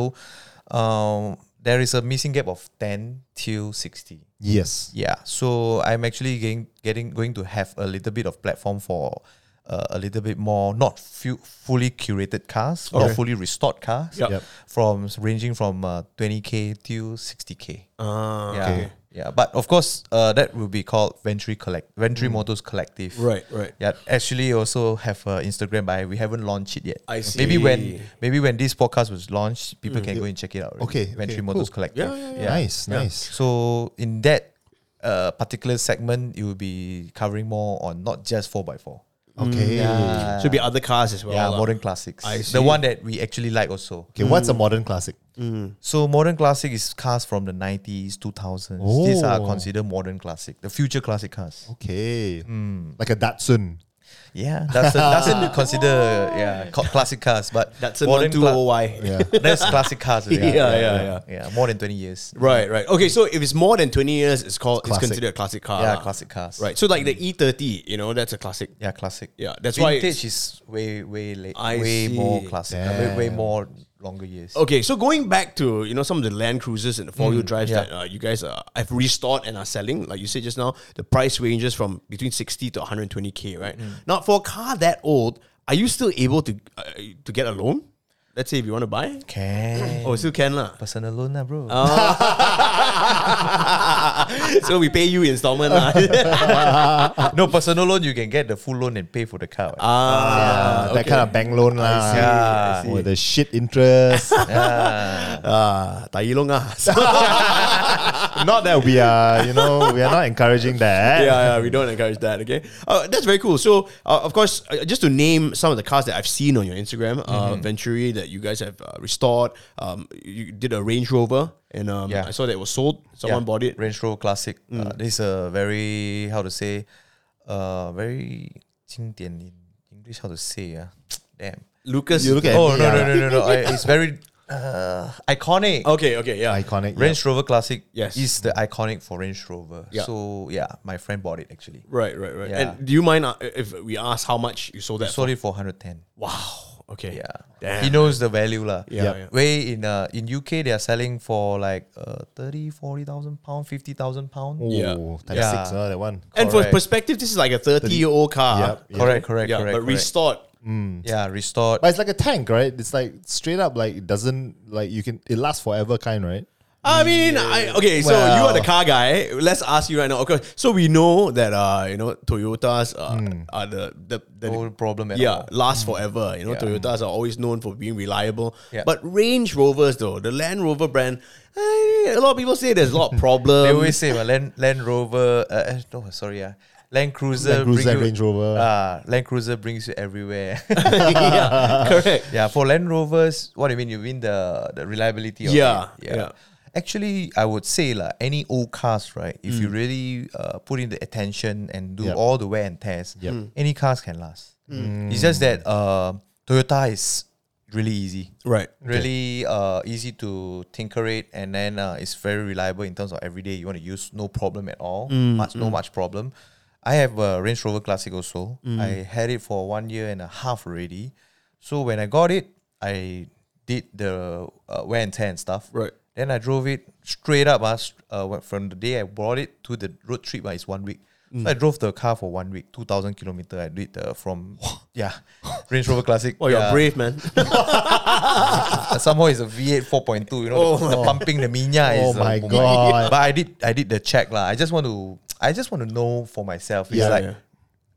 um, there is a missing gap of ten till sixty.
Yes.
Yeah. So I'm actually getting getting going to have a little bit of platform for. Uh, a little bit more, not few, fully curated cars, or fully restored cars,
Yep. Yep.
from ranging from uh, 20k to 60k.
Uh,
Yeah. Yeah. But of course, uh, that will be called Venturi Collect Venturi Motors Collective.
Mm. Right, right.
Yeah. Actually also have an Instagram but we haven't launched it yet.
I
Maybe
see. Mm.
when maybe when this podcast was launched, people can go and check it out. already.
Okay,
Venturi
okay,
Motors
cool.
Collective.
Yeah, yeah,
Nice, nice.
So in that uh, particular segment, it will be covering more on not just four x four.
Okay.
Should be other cars as well.
Yeah,
lah.
modern classics.
I see.
The one that we actually like also.
Okay, what's a modern classic?
Mm. So modern classic is cars from the nineties, two thousands. These are
Oh.
considered modern classic, the future classic cars.
Okay.
Mm.
Like a Datsun.
Yeah, that's a, that's
*laughs*
a consider yeah co- classic cars, but
That's a one two
cla-
O
*laughs*
Y.
Yeah.
That's classic cars. Yeah
*laughs* Yeah, yeah,
yeah, more than twenty years.
*laughs* Right, right. Okay, so if it's more than twenty years, it's called it's
Classic.
considered a classic car.
Yeah,
lah.
classic cars.
Right. So like the E thirty, you know, that's a classic.
Yeah, classic.
Yeah, that's why
vintage is way way late,
I
way
see. Oh.
more classic, uh, way, way
Damn.
more longer years.
Okay, so going back to you know some of the Land Cruisers and the four wheel drives
Mm, yeah.
that uh, you guys uh, have restored and are selling, like you said just now, the price ranges from between sixty to one hundred twenty k, right?
Mm-hmm.
Now, for a car that old, are you still able to uh, to get a loan? Let's say if you want to buy,
Can
oh, Uh. still can lah.
personal loan, lah, bro.
*laughs* so we pay you installment lah.
*laughs* no personal loan, you can get the full loan and pay for the car. *laughs*
Ah,
Ah,
that kind of bank loan lah. With the shit interest.
*laughs*
*laughs*
Ah, tai long ah. So-
not that we are, you know, we are not encouraging that.
yeah, yeah, we don't encourage that. Okay, uh, that's very cool. So, uh, of course, uh, just to name some of the cars that I've seen on your Instagram, uh,
Mm-hmm.
Venturi that you guys have uh, restored. Um, you did a Range Rover, and um,
Yeah.
I saw that it was sold. Someone
Yeah,
bought it.
Range Rover Classic. Uh,
Mm.
this is a very how to say, uh, very 经典 in English. How to say? Uh, damn.
Lucas,
You look at
Oh
me,
no no
ah.
no no no!
*laughs*
I, it's very uh, iconic.
Okay, okay, Oh, yeah.
Iconic. yeah.
Range Rover Classic
Yes.
is the iconic for Range Rover.
Yeah.
So yeah, my friend bought it actually.
Right, right, right.
Yeah.
And do you mind uh, if we ask how much you sold that?
Sold it for 110.
for? Wow. Okay.
Yeah.
Damn.
He knows the value lah.
Yeah,
Yep.
yeah.
Way in uh, in UK they are selling for like uh 30, 40,000 pound, 50,000 pound.
Oh,
Yeah.
type
Yeah.
six, uh, that one.
And for
Correct.
perspective, this is like a thirty-year-old car.
Yep, yep.
Correct, correct,
yeah,
correct.
but
correct.
restored.
Yeah, restored.
But it's like a tank, right? It's like straight up, like it doesn't, like you can, it lasts forever, kind, right?
I mean, I, okay, so you are the car
Well.
guy. Let's ask you right now. Okay, so we know that uh, you know Toyotas uh, are the the, the
No problem Hmm. at
yeah
all. Hmm.
last forever. You know
Yeah.
Toyotas are always known for being reliable.
Yeah.
But Range Rovers though, the Land Rover brand, eh, a lot of people say there's a lot of *laughs*
They
problems.
always say, well, Land, Land Rover, uh, uh, no, sorry, yeah. Land
Land
Cruiser,
Cruiser,
bring you-
Range Rover.
Ah, Land Cruiser brings you everywhere.
yeah, correct.
yeah, for Land Rovers, what do you mean? You mean the, the reliability of
Yeah,
it?
yeah.
Actually, I would say like any old cars, right? If you really uh, put in the attention and do
Yep.
all the wear and tears, any cars can last. It's just that uh, Toyota is really easy
Right.
really uh, easy to tinker it and then uh, it's very reliable in terms of everyday you want to use no problem at all much no much problem i have a range rover classic also i had it for one year and a half already so when i got it i did the uh, wear and tear and stuff
Right.
Then I drove it straight up uh, st- uh, wh- from the day I bought it to the road trip uh, is one week. So I drove the car for one week, 2,000 kilometer. I did uh, from, yeah, Range Rover Classic.
Well, you're
yeah.
brave,
*laughs*
man.
Uh, somehow it's a V8 4.2. You know, the, the pumping the minya
Oh
is. uh,
my God.
But I did, I did the check lah. I just want to, I just want to know for myself. It's
Yeah.
like,
Yeah.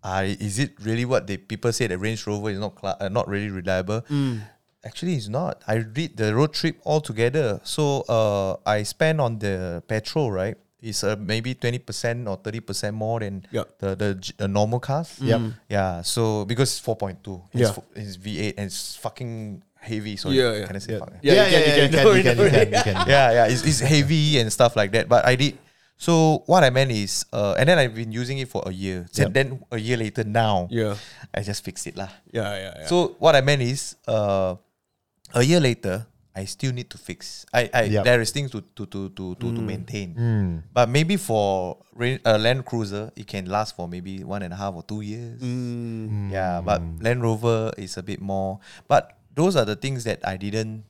uh, is it really what the people say that Range Rover is not cla- uh, not really reliable?
Mm.
Actually, it's not. I did the road trip altogether. So uh, I spend on the petrol right. It's uh, maybe twenty percent or thirty percent more than
Yup.
the the g- uh, normal cars.
Yep.
Yeah. So because it's four point two. It's,
Yeah.
fu- it's V eight and it's fucking heavy. So
Yeah, yeah.
Can I say fuck?
Yeah, you can, you can,
you can,
don't
you
worry,
can,
don't
you can. you can.
*laughs* yeah, yeah. It's, it's heavy and stuff like that. But I did. So what I meant is, uh, and then I've been using it for a year. So
Yep.
Then a year later now,
Yeah.
I just fixed it lah.
Yeah, yeah, yeah.
So what I meant is, uh, a year later, I still need to fix. I, I
Yep.
there is things to to to to to, to maintain. But maybe for Ra- uh, Land Cruiser, it can last for maybe one and a half or two years. Yeah, but Land Rover is a bit more. But those are the things that I didn't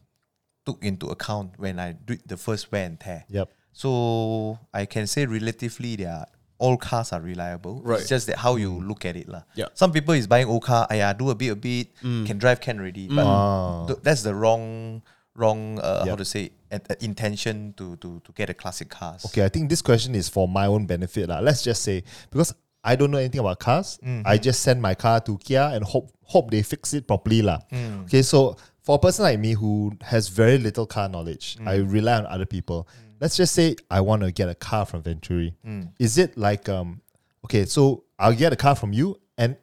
took into account when I did the first wear and tear.
Yep.
So I can say relatively they are all cars are reliable.
Right.
It's just that how you look at it. lah.
Yeah.
Some people is buying old car, I do a bit a bit, can drive can already. But th- that's the wrong wrong uh,
Yep.
how to say at, uh, intention to, to to get a classic cars.
Okay, I think this question is for my own benefit. lah. Let's just say, because I don't know anything about cars,
Mm-hmm.
I just send my car to Kia and hope hope they fix it properly. lah.
Mm.
Okay, so for a person like me who has very little car knowledge,
Mm.
I rely on other people. Let's just say I want to get a car from Venturi.
Mm.
Is it like, um, okay, so I'll get a car from you and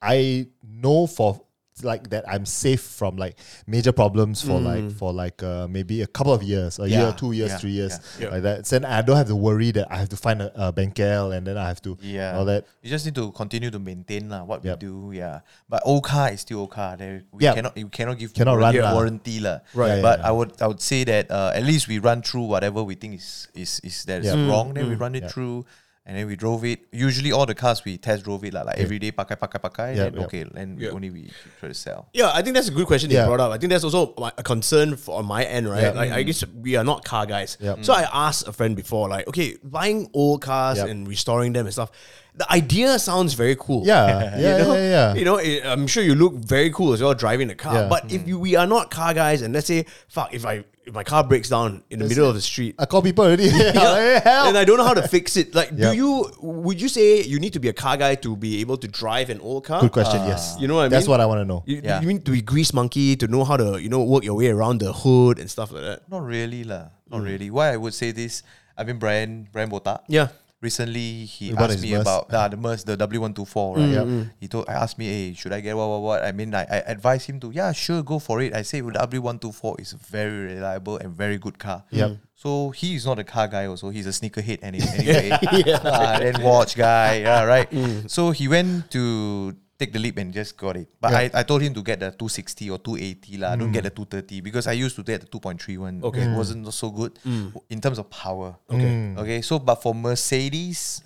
I know for like that I'm safe from like major problems for like for like uh, maybe a couple of years, a year,
Mm. Yeah,
two years,
yeah,
three years,
yeah.
like that. Then I don't have to worry that I have to find a, a bankel and then I have to
Yeah.
all that.
You just need to continue to maintain lah what
Yep.
we do. Yeah. But old car is still old car. There we
Yeah.
cannot you cannot give
Cannot run
warranty,
lah.
warranty lah.
Right. Yeah,
but
yeah,
I would I would say that uh, at least we run through whatever we think is is is that is
Mm.
Yeah.
wrong. Then we run it through. And then we drove it. Usually, all the cars we test drove it lah, like every day, pakai pakai pakai.
Yep,
then
yep.
okay, then
Yeah.
only we try to sell.
Yeah, I think that's a good question
Yeah.
you brought up. I think that's also my, a concern for, on my end, right?
Yeah.
Like, I guess we are not car guys.
Yep.
So I asked a friend before, like, okay, buying old cars
Yep.
and restoring them and stuff. The idea sounds very cool.
Yeah, yeah, yeah,
*laughs* you know,
yeah, yeah.
You know, it, I'm sure you look very cool as well driving the car.
Yeah.
But if you, we are not car guys, and let's say, fuck, if I if my car breaks down in the middle of the
*laughs*
street,
I call people already. Hey, help.
and I don't know how to fix it. Like, do
Yeah.
you? Would you say you need to be a car guy to be able to drive an old car? Uh,
Good question. yes,
You know what I
That's
mean?
what I want to know.
You,
Yeah.
you mean to be grease monkey to know how to you know work your way around the hood and stuff like that? *laughs*
Not really lah. Not
Mm.
really. Why I would say this? I mean, Brian Brian Botak.
Yeah.
Recently,
He
he
bought his
asked
Uh-huh.
me
Merc.
about ah, the MERS, the W one two four. Right. He told I asked me, hey, should I get what what what? I mean, I, I advise him to yeah, sure, go for it. I say W one two four is a very reliable and very good car.
Yep.
So he is not a car guy also. He's a sneakerhead
*laughs*
any, anyway. *laughs* Ah, then watch guy. Yeah. Right. So he went to. Take the leap and just got it. But I, I told him to get the 260 or 280
Mm.
lah. Don't get the 230 because I used to get the 2.3 one. Okay. It wasn't so good in terms of power. Okay. Okay. So, but for Mercedes,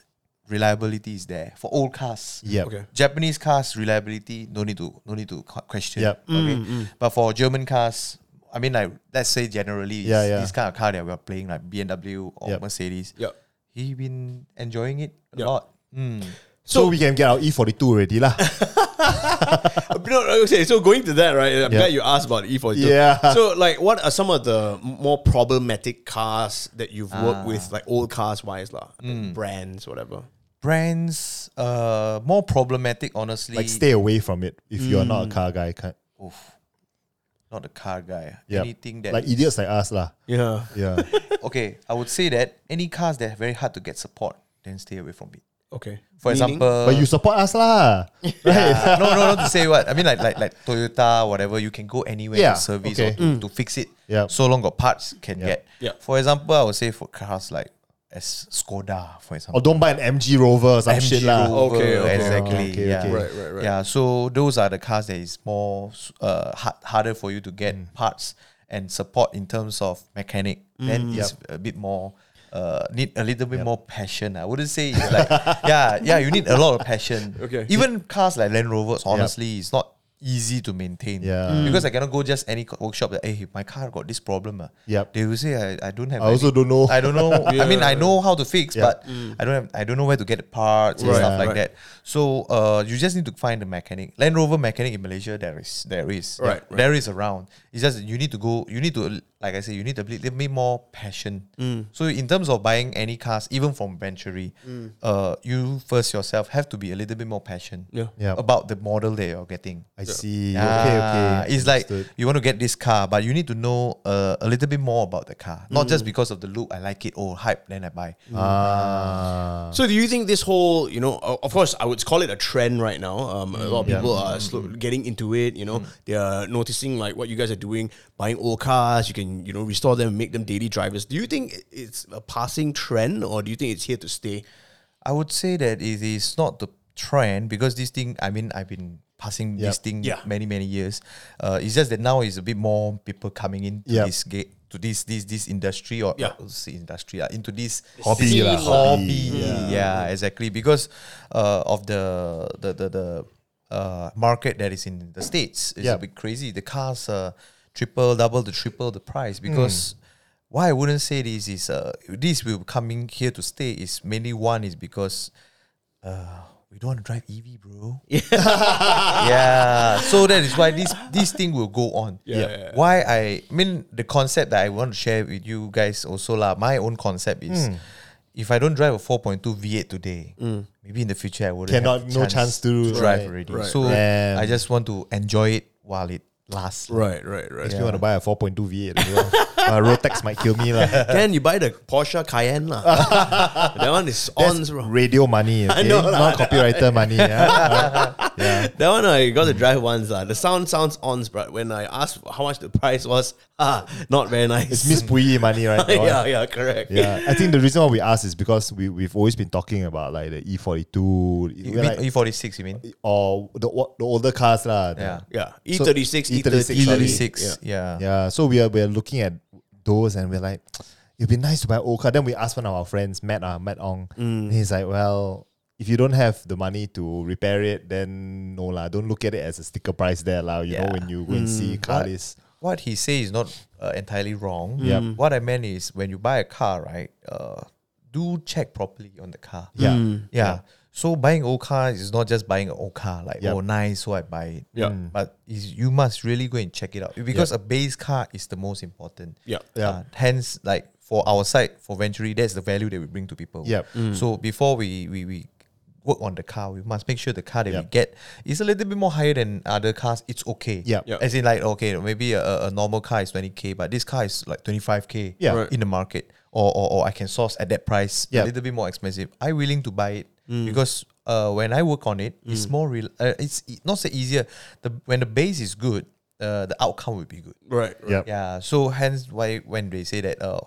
reliability is there. For old cars,
Yep.
Okay.
Japanese cars reliability no need to no need to cu- question.
Yep.
Okay.
Mm,
But for German cars, I mean like let's say generally
Yeah,
it's
yeah.
this kind of car that we're playing like BMW or
Yep.
Mercedes.
Yep.
He been enjoying it a
Yep.
lot. Mm.
So, we can get our E forty two already lah. *laughs*
no, okay, so going to that, right? I'm
Yeah.
glad you asked about E42.
Yeah.
So, like, what are some of the more problematic cars that you've
Ah.
worked with, like old cars wise, lah,
Hmm.
brands, whatever?
Brands uh more problematic honestly.
like stay away from it if you are not
Mm.
a car guy. Kind.
Oof. Not a car guy.
Yeah.
Anything that
like idiots like us
*laughs*
lah.
Yeah.
Yeah.
okay, I would say that any cars that are very hard to get support, then stay away from it.
Okay.
For
Meaning?
example,
but you support us lah.
*laughs*
*laughs*
Yeah. no, no, not to say what. I mean, like, like, like Toyota, whatever. You can go anywhere
Yeah,
to service
okay. Mm.
or to, to fix it.
Yup.
So long got parts can get.
Yup.
For example, I would say for cars like as Skoda, for example.
Or don't buy an MG Rover or some shit lah.
Rover,
Okay, okay.
exactly.
Okay,
yeah.
okay. Right,
right, right.
Yeah, so those are the cars that is more uh, hard, harder for you to get
Mm.
parts and support in terms of mechanic. Then it's a bit more. Uh, need a little bit more passion. I wouldn't say *laughs*
*laughs*
it's like yeah, yeah. You need a lot of passion.
Okay.
Even cars like Land Rovers, honestly, it's not easy to maintain.
Yeah. Mm.
Because I cannot go just any co- workshop that, hey, my car got this problem. ah."
Yep.
They will say, I, I don't have
I also don't know.
I don't know. I mean, I know how to fix,
Yeah.
but I don't have, I don't know where to get the parts and
Right.
stuff like
Right.
that. So uh, you just need to find the mechanic. Land Rover mechanic in Malaysia, there is, there is,
Right, right.
there is around. It's just that you need to go. You need to, like I said, you need to be- little bit more passion.
Mm.
So in terms of buying any cars, even from Venturi,
Mm.
uh, you first yourself have to be a little bit more passion
Yeah.
Yeah.
about the model that you're getting.
I see.
Ah,
okay, okay.
It's like
Understood.
you want to get this car, but you need to know uh, a little bit more about the car, not just
Mm.
because of the look. I like it or hype, then I buy.
ah.
So do you think this whole, you know, o- of course, I would call it a trend right now. Um, a lot of people are slow, getting into it. You
Mm.
know, they are noticing like what you guys are doing, buying old cars. You can, you know, restore them, make them daily drivers. Do you think i- it's a passing trend, or do you think it's here to stay?
I would say that it is not the trend because this thing. I mean, I've been passing this
Yep.
thing
Yeah.
many many years. Uh, it's just that now is a bit more people coming in to
Yep.
this gate to this this this industry or
Yeah.
uh, say industry uh, into this
Hobby
scene,
lah,
hobby.
hobby,
Yeah. exactly because uh, of the the the, the uh, market that is in the states. It's a
Yep.
bit crazy. The cars uh, triple, double to triple the price because why I wouldn't say this is uh, this will coming here to stay is mainly one is because uh, we don't want to drive EV,
*laughs*
bro. yeah. So that is why this this thing will go on.
Yeah, yeah, yeah.
Why I I mean the concept that I want to share with you guys also lah. My own concept
Hmm.
is. If I don't drive a 4.2 V8 today, maybe in the future I wouldn't
Cannot-
have
no chance to-
drive
right,
already.
right,
so
right.
I just want to enjoy it while it lasts.
Right, right, right.
You want to buy a 4.2 V8 as well. *laughs* uh, Rotex might kill me.
*laughs*
lah.
Then you buy the Porsche Cayenne lah. *laughs* that one is on.
*laughs* That's
bro.
radio
*laughs*
money, okay?
know
not copywriter
*laughs*
money. Yeah.
That one I got to drive once. Uh. The sound sounds on, but when I asked how much the price was, *laughs* ah, not very nice.
It's Miss Puyi money, right? That
*laughs*
one.
yeah, yeah, correct.
Yeah, I think the reason why we asked is because we we've always been talking about like the E forty two
You mean E E46, you mean?
E or the o- the older cars lah. the-
Yeah.
Yeah. E
So- E
E36, E36,
E36, sorry.
E36, E yeah.
yeah. So we are we are looking at those and we're like, it'd be nice to buy old car. Then we asked one of our friends, Matt, uh, Matt Ong.
Mm.
And he's like, well. If you don't have the money to repair it, then no lah. Don't look at it as a sticker price there lah. You know
Yeah.
when you go and
Mm,
see car list.
What he says is not uh, entirely wrong.
Yep. Mm.
What I meant is when you buy a car, right, uh, do check properly on the car.
Yeah,
Yeah. So buying old car is not just buying an old car, like,
Yep.
oh, nice, so I buy it. Mm.
Yeah.
But is, you must really go and check it out because a base car is the most important.
Yeah.
Yeah.
Uh, hence, like for our side, for Venturi, that's the value that we bring to people.
Yep.
So before we, we, we work on the car, we must make sure the car that we
Yep.
get is a little bit more higher than other cars. It's okay.
Yep.
Yep.
As in, like, okay, maybe a- a, a normal car is 20K, but this car is like 25K
Yeah. Right.
in the market. Or, or, or I can source at that price,
Yep.
a little bit more expensive. i willing to buy it because uh, when I work on it, it's more real. Uh, it's e- not say easier. The when the base is good, uh, the outcome will be good.
*laughs* Right. right.
yeah,
Yeah. So hence why when they say that uh,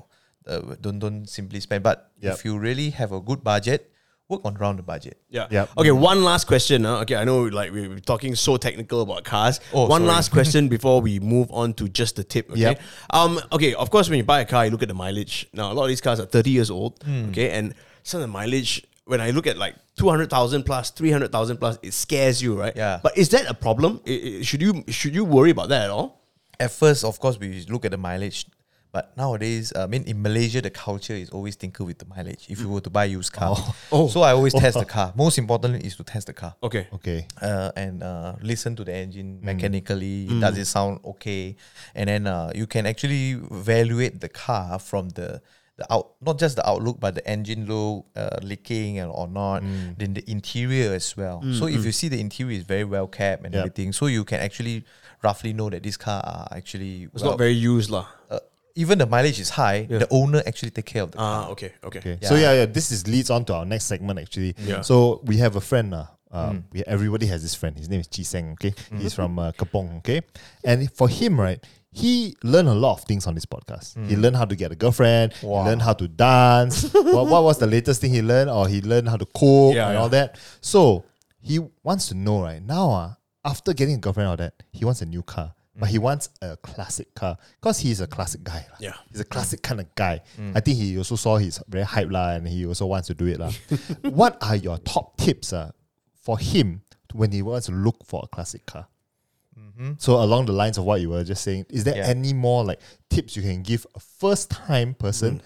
uh don't don't simply spend, but
Yep.
if you really have a good budget, work on around the budget.
Yeah.
Yep.
Okay, one last question. Uh. Okay, I know like we- we're talking so technical about cars.
Oh,
One
sorry.
last question *laughs* before we move on to just the tip. Okay.
Yep.
Um, okay, of course when you buy a car, you look at the mileage. Now a lot of these cars are 30 years old. Okay, and some of the mileage when I look at like 200,000 plus, 300,000 plus, it scares you, right?
Yeah.
But is that a problem? I- I- should you should you worry about that at all?
At first, of course, we look at the mileage. But nowadays, I mean, in Malaysia, the culture is always tinker with the mileage. If you were to buy used car,
Oh.
so I always test the car. Most importantly is to test the car.
Okay.
Okay.
uh, and uh, listen to the engine
Mm.
mechanically. Does it sound okay? And then uh, you can actually evaluate the car from the the out, not just the outlook, but the engine look, uh, leaking and or not.
Mm.
Then the interior as well. So if you see the interior is very well kept and
Yep.
everything, so you can actually roughly know that this car are actually
It's
well-
not very used lah.
uh, even the mileage is high. The owner actually take care of the car.
Ah, okay, okay.
Okay. So yeah, yeah, this is leads on to our next segment actually.
Yeah. Hmm.
So we have a friend uh, uh, we, everybody has this friend. His name is Chi Seng, okay? He's from uh, Kepong, okay? And for him, right, he learned a lot of things on this podcast. He
Hmm.
learned how to get a girlfriend, he learned how
*laughs*
to dance. what, what was the latest thing he learned? Or he learned how to cook
Yeah,
and all that. So he wants to know, right, now uh, after getting a girlfriend and all that, he wants a new car. But he wants a classic car because he's a classic guy. lah.
Yeah.
He's a classic kind of guy. I think he also saw he's very hype lah, and he also wants to do it lah. what ah, are your top tips uh, for him to- when he wants to look for a classic car? So along the lines of what you were just saying, is there
Yeah.
any more like tips you can give a first-time person
Mm.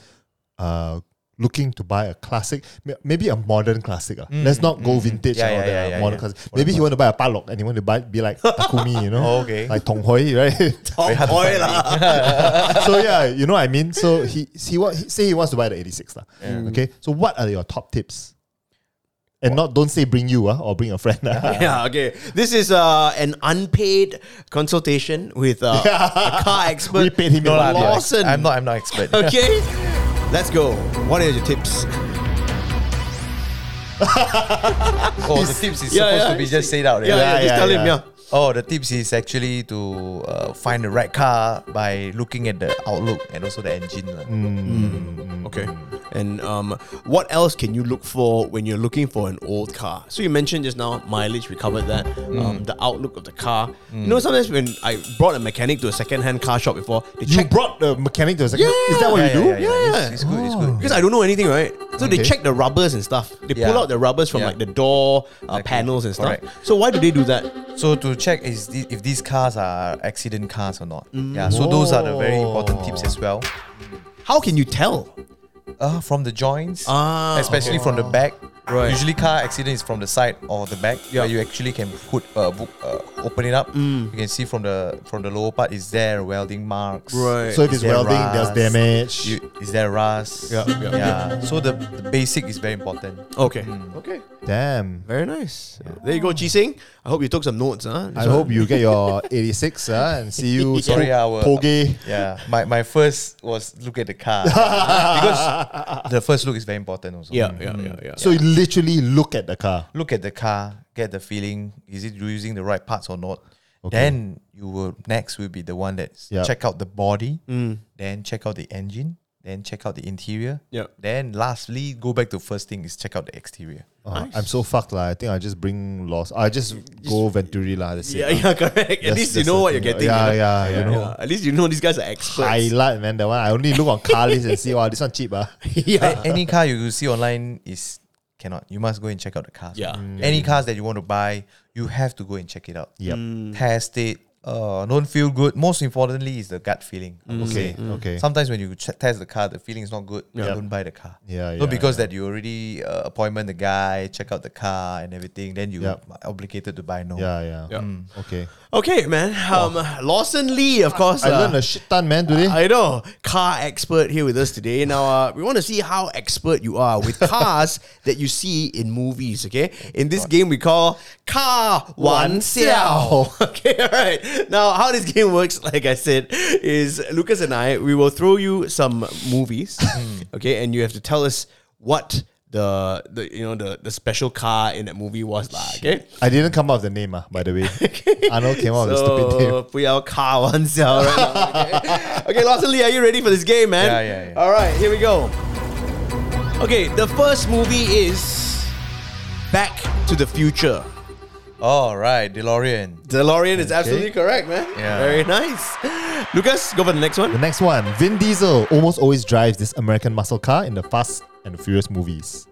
uh, looking to buy a classic, may- maybe a modern classic? ah. Let's not go vintage
Mm, Yeah,
and all
yeah,
that,
yeah,
ah,
yeah,
modern
yeah.
classic. Maybe he want to buy a palok and he want to buy be
*laughs*
like Takumi, you know,
Okay.
*laughs* like Tong Hoi,
*laughs*
right?
Tom Oh, Oil lah.
so yeah, you know what I mean. So he he, wa- he say he wants to buy the eighty six lah.
Mm.
Okay. So what are your top tips? And not don't say bring you ah or bring a friend.
*laughs*
ah.
Yeah, okay. This is uh, an unpaid consultation with uh, a car expert.
We paid him
No, lah, I'm, not ex-
Lawson.
I'm not. I'm not expert.
*laughs* Okay, let's go. What are your tips?
Oh, the tips is
Yeah,
supposed
yeah.
to be just said out.
Yeah, yeah,
Yeah,
just
yeah,
tell him.
yeah.
Yeah.
Oh, the tips is actually to uh, find the right car by looking at the outlook and also the engine. lah.
Mm.
Okay. And um, what else can you look for when you're looking for an old car? So you mentioned just now mileage. We covered that. Um, the outlook of the car. You know, sometimes when I brought a mechanic to a second-hand car shop before, they
You
check
brought the mechanic to a second.
Yeah.
Is that what
Yeah,
you do?
yeah, yeah, yeah.
Oh, Yeah. Oh.
It's, it's good. It's good.
because I don't know anything, right? So they
Okay.
check the rubbers and stuff. They pull out
Yeah.
the rubbers from
Yeah.
like the door uh,
Exactly.
panels and stuff.
Correct.
So why do they do that?
So to check is the, if these cars are accident cars or not.
Mm.
Yeah. So those are the
Oh.
very important tips as well.
How can you tell?
Uh, from the joints,
Ah,
especially from the back.
Right.
Usually, car accident is from the side or the back,
Yeah. Mm.
where you actually can put uh, book, uh, open it up. You can see from the from the lower part is there welding marks.
So if it's
There
welding, there's
rust.
damage.
You, is there rust?
Yeah, yeah.
So the, the basic is very important.
okay.
Hmm.
Okay.
Damn.
Very nice. There you go, Ji Sing. I hope you took some notes, huh?
I hope you get
*laughs*
your 86 ah, and see you
Sorry, I will-
Toge.
Yeah. My my first was look at the
*laughs*
car because the first look is very important also.
Yeah, yeah, yeah, yeah.
Hmm. So you literally look at the car.
look at the car, get the feeling. Is it you using the right parts or not?
Okay.
Then you will next will be the one that
Yeah.
check out the body,
Mm.
then check out the engine, then check out the interior.
Yeah.
Then lastly, go back to first thing is check out the exterior.
Oh, I'm so fucked lah. I think I just bring loss. I just, go Venturi lah. That's
yeah,
it.
yeah, correct. At
That's-
least you
that's
know
the
what you're
thing,
getting.
Yeah,
you know?
yeah, you know.
Yeah, At least you know these guys are experts.
Highlight, man. That one. I only look on car list and see, wow, this one cheap. Ah.
*laughs* yeah.
A- any car you will see online is cannot. You must go and check out the cars.
Yeah. Mm.
Any cars that you want to buy, you have to go and check it out.
Yep.
Test it. Uh, don't feel good. Most importantly is the gut feeling. I would
Okay, Mm.
say.
*laughs* okay.
Sometimes when you ch- test the car, the feeling is not good. You Don't buy the car.
Yeah, yeah,
Not because that you already uh, appointment the guy, check out the car and everything. Then you
Yep.
are obligated to buy. No.
Yeah, yeah. Mm, Okay.
Okay, man. Um, Lawson Lee, of course.
I
uh,
learned a shit ton, man, today.
I know. Car expert here with us today. Now, uh, we want to see how expert you are
*laughs*
with cars that you see in movies, okay? In this game, we call Car Wan
Wan
Xiao. *laughs* Okay, all right. Now, how this game works, like I said, is Lucas and I, we will throw you some movies,
Hmm.
okay? And you have to tell us what. The, the you know the, the special car in that movie was lah, okay.
I didn't come up with the name, ah, by
*laughs*
the way. Arnold came up with a stupid name.
不要卡玩笑 right now, okay? okay, Lawson Lee, are you ready for this game, man?
Yeah, yeah, yeah.
All right, here we go. Okay, the first movie is Back to the Future.
All right, DeLorean.
DeLorean is absolutely correct, man.
Yeah.
Very nice. Lucas, go for the next
The
one.
next one Vin Diesel almost always drives this American muscle car in the Fast and the Furious movies.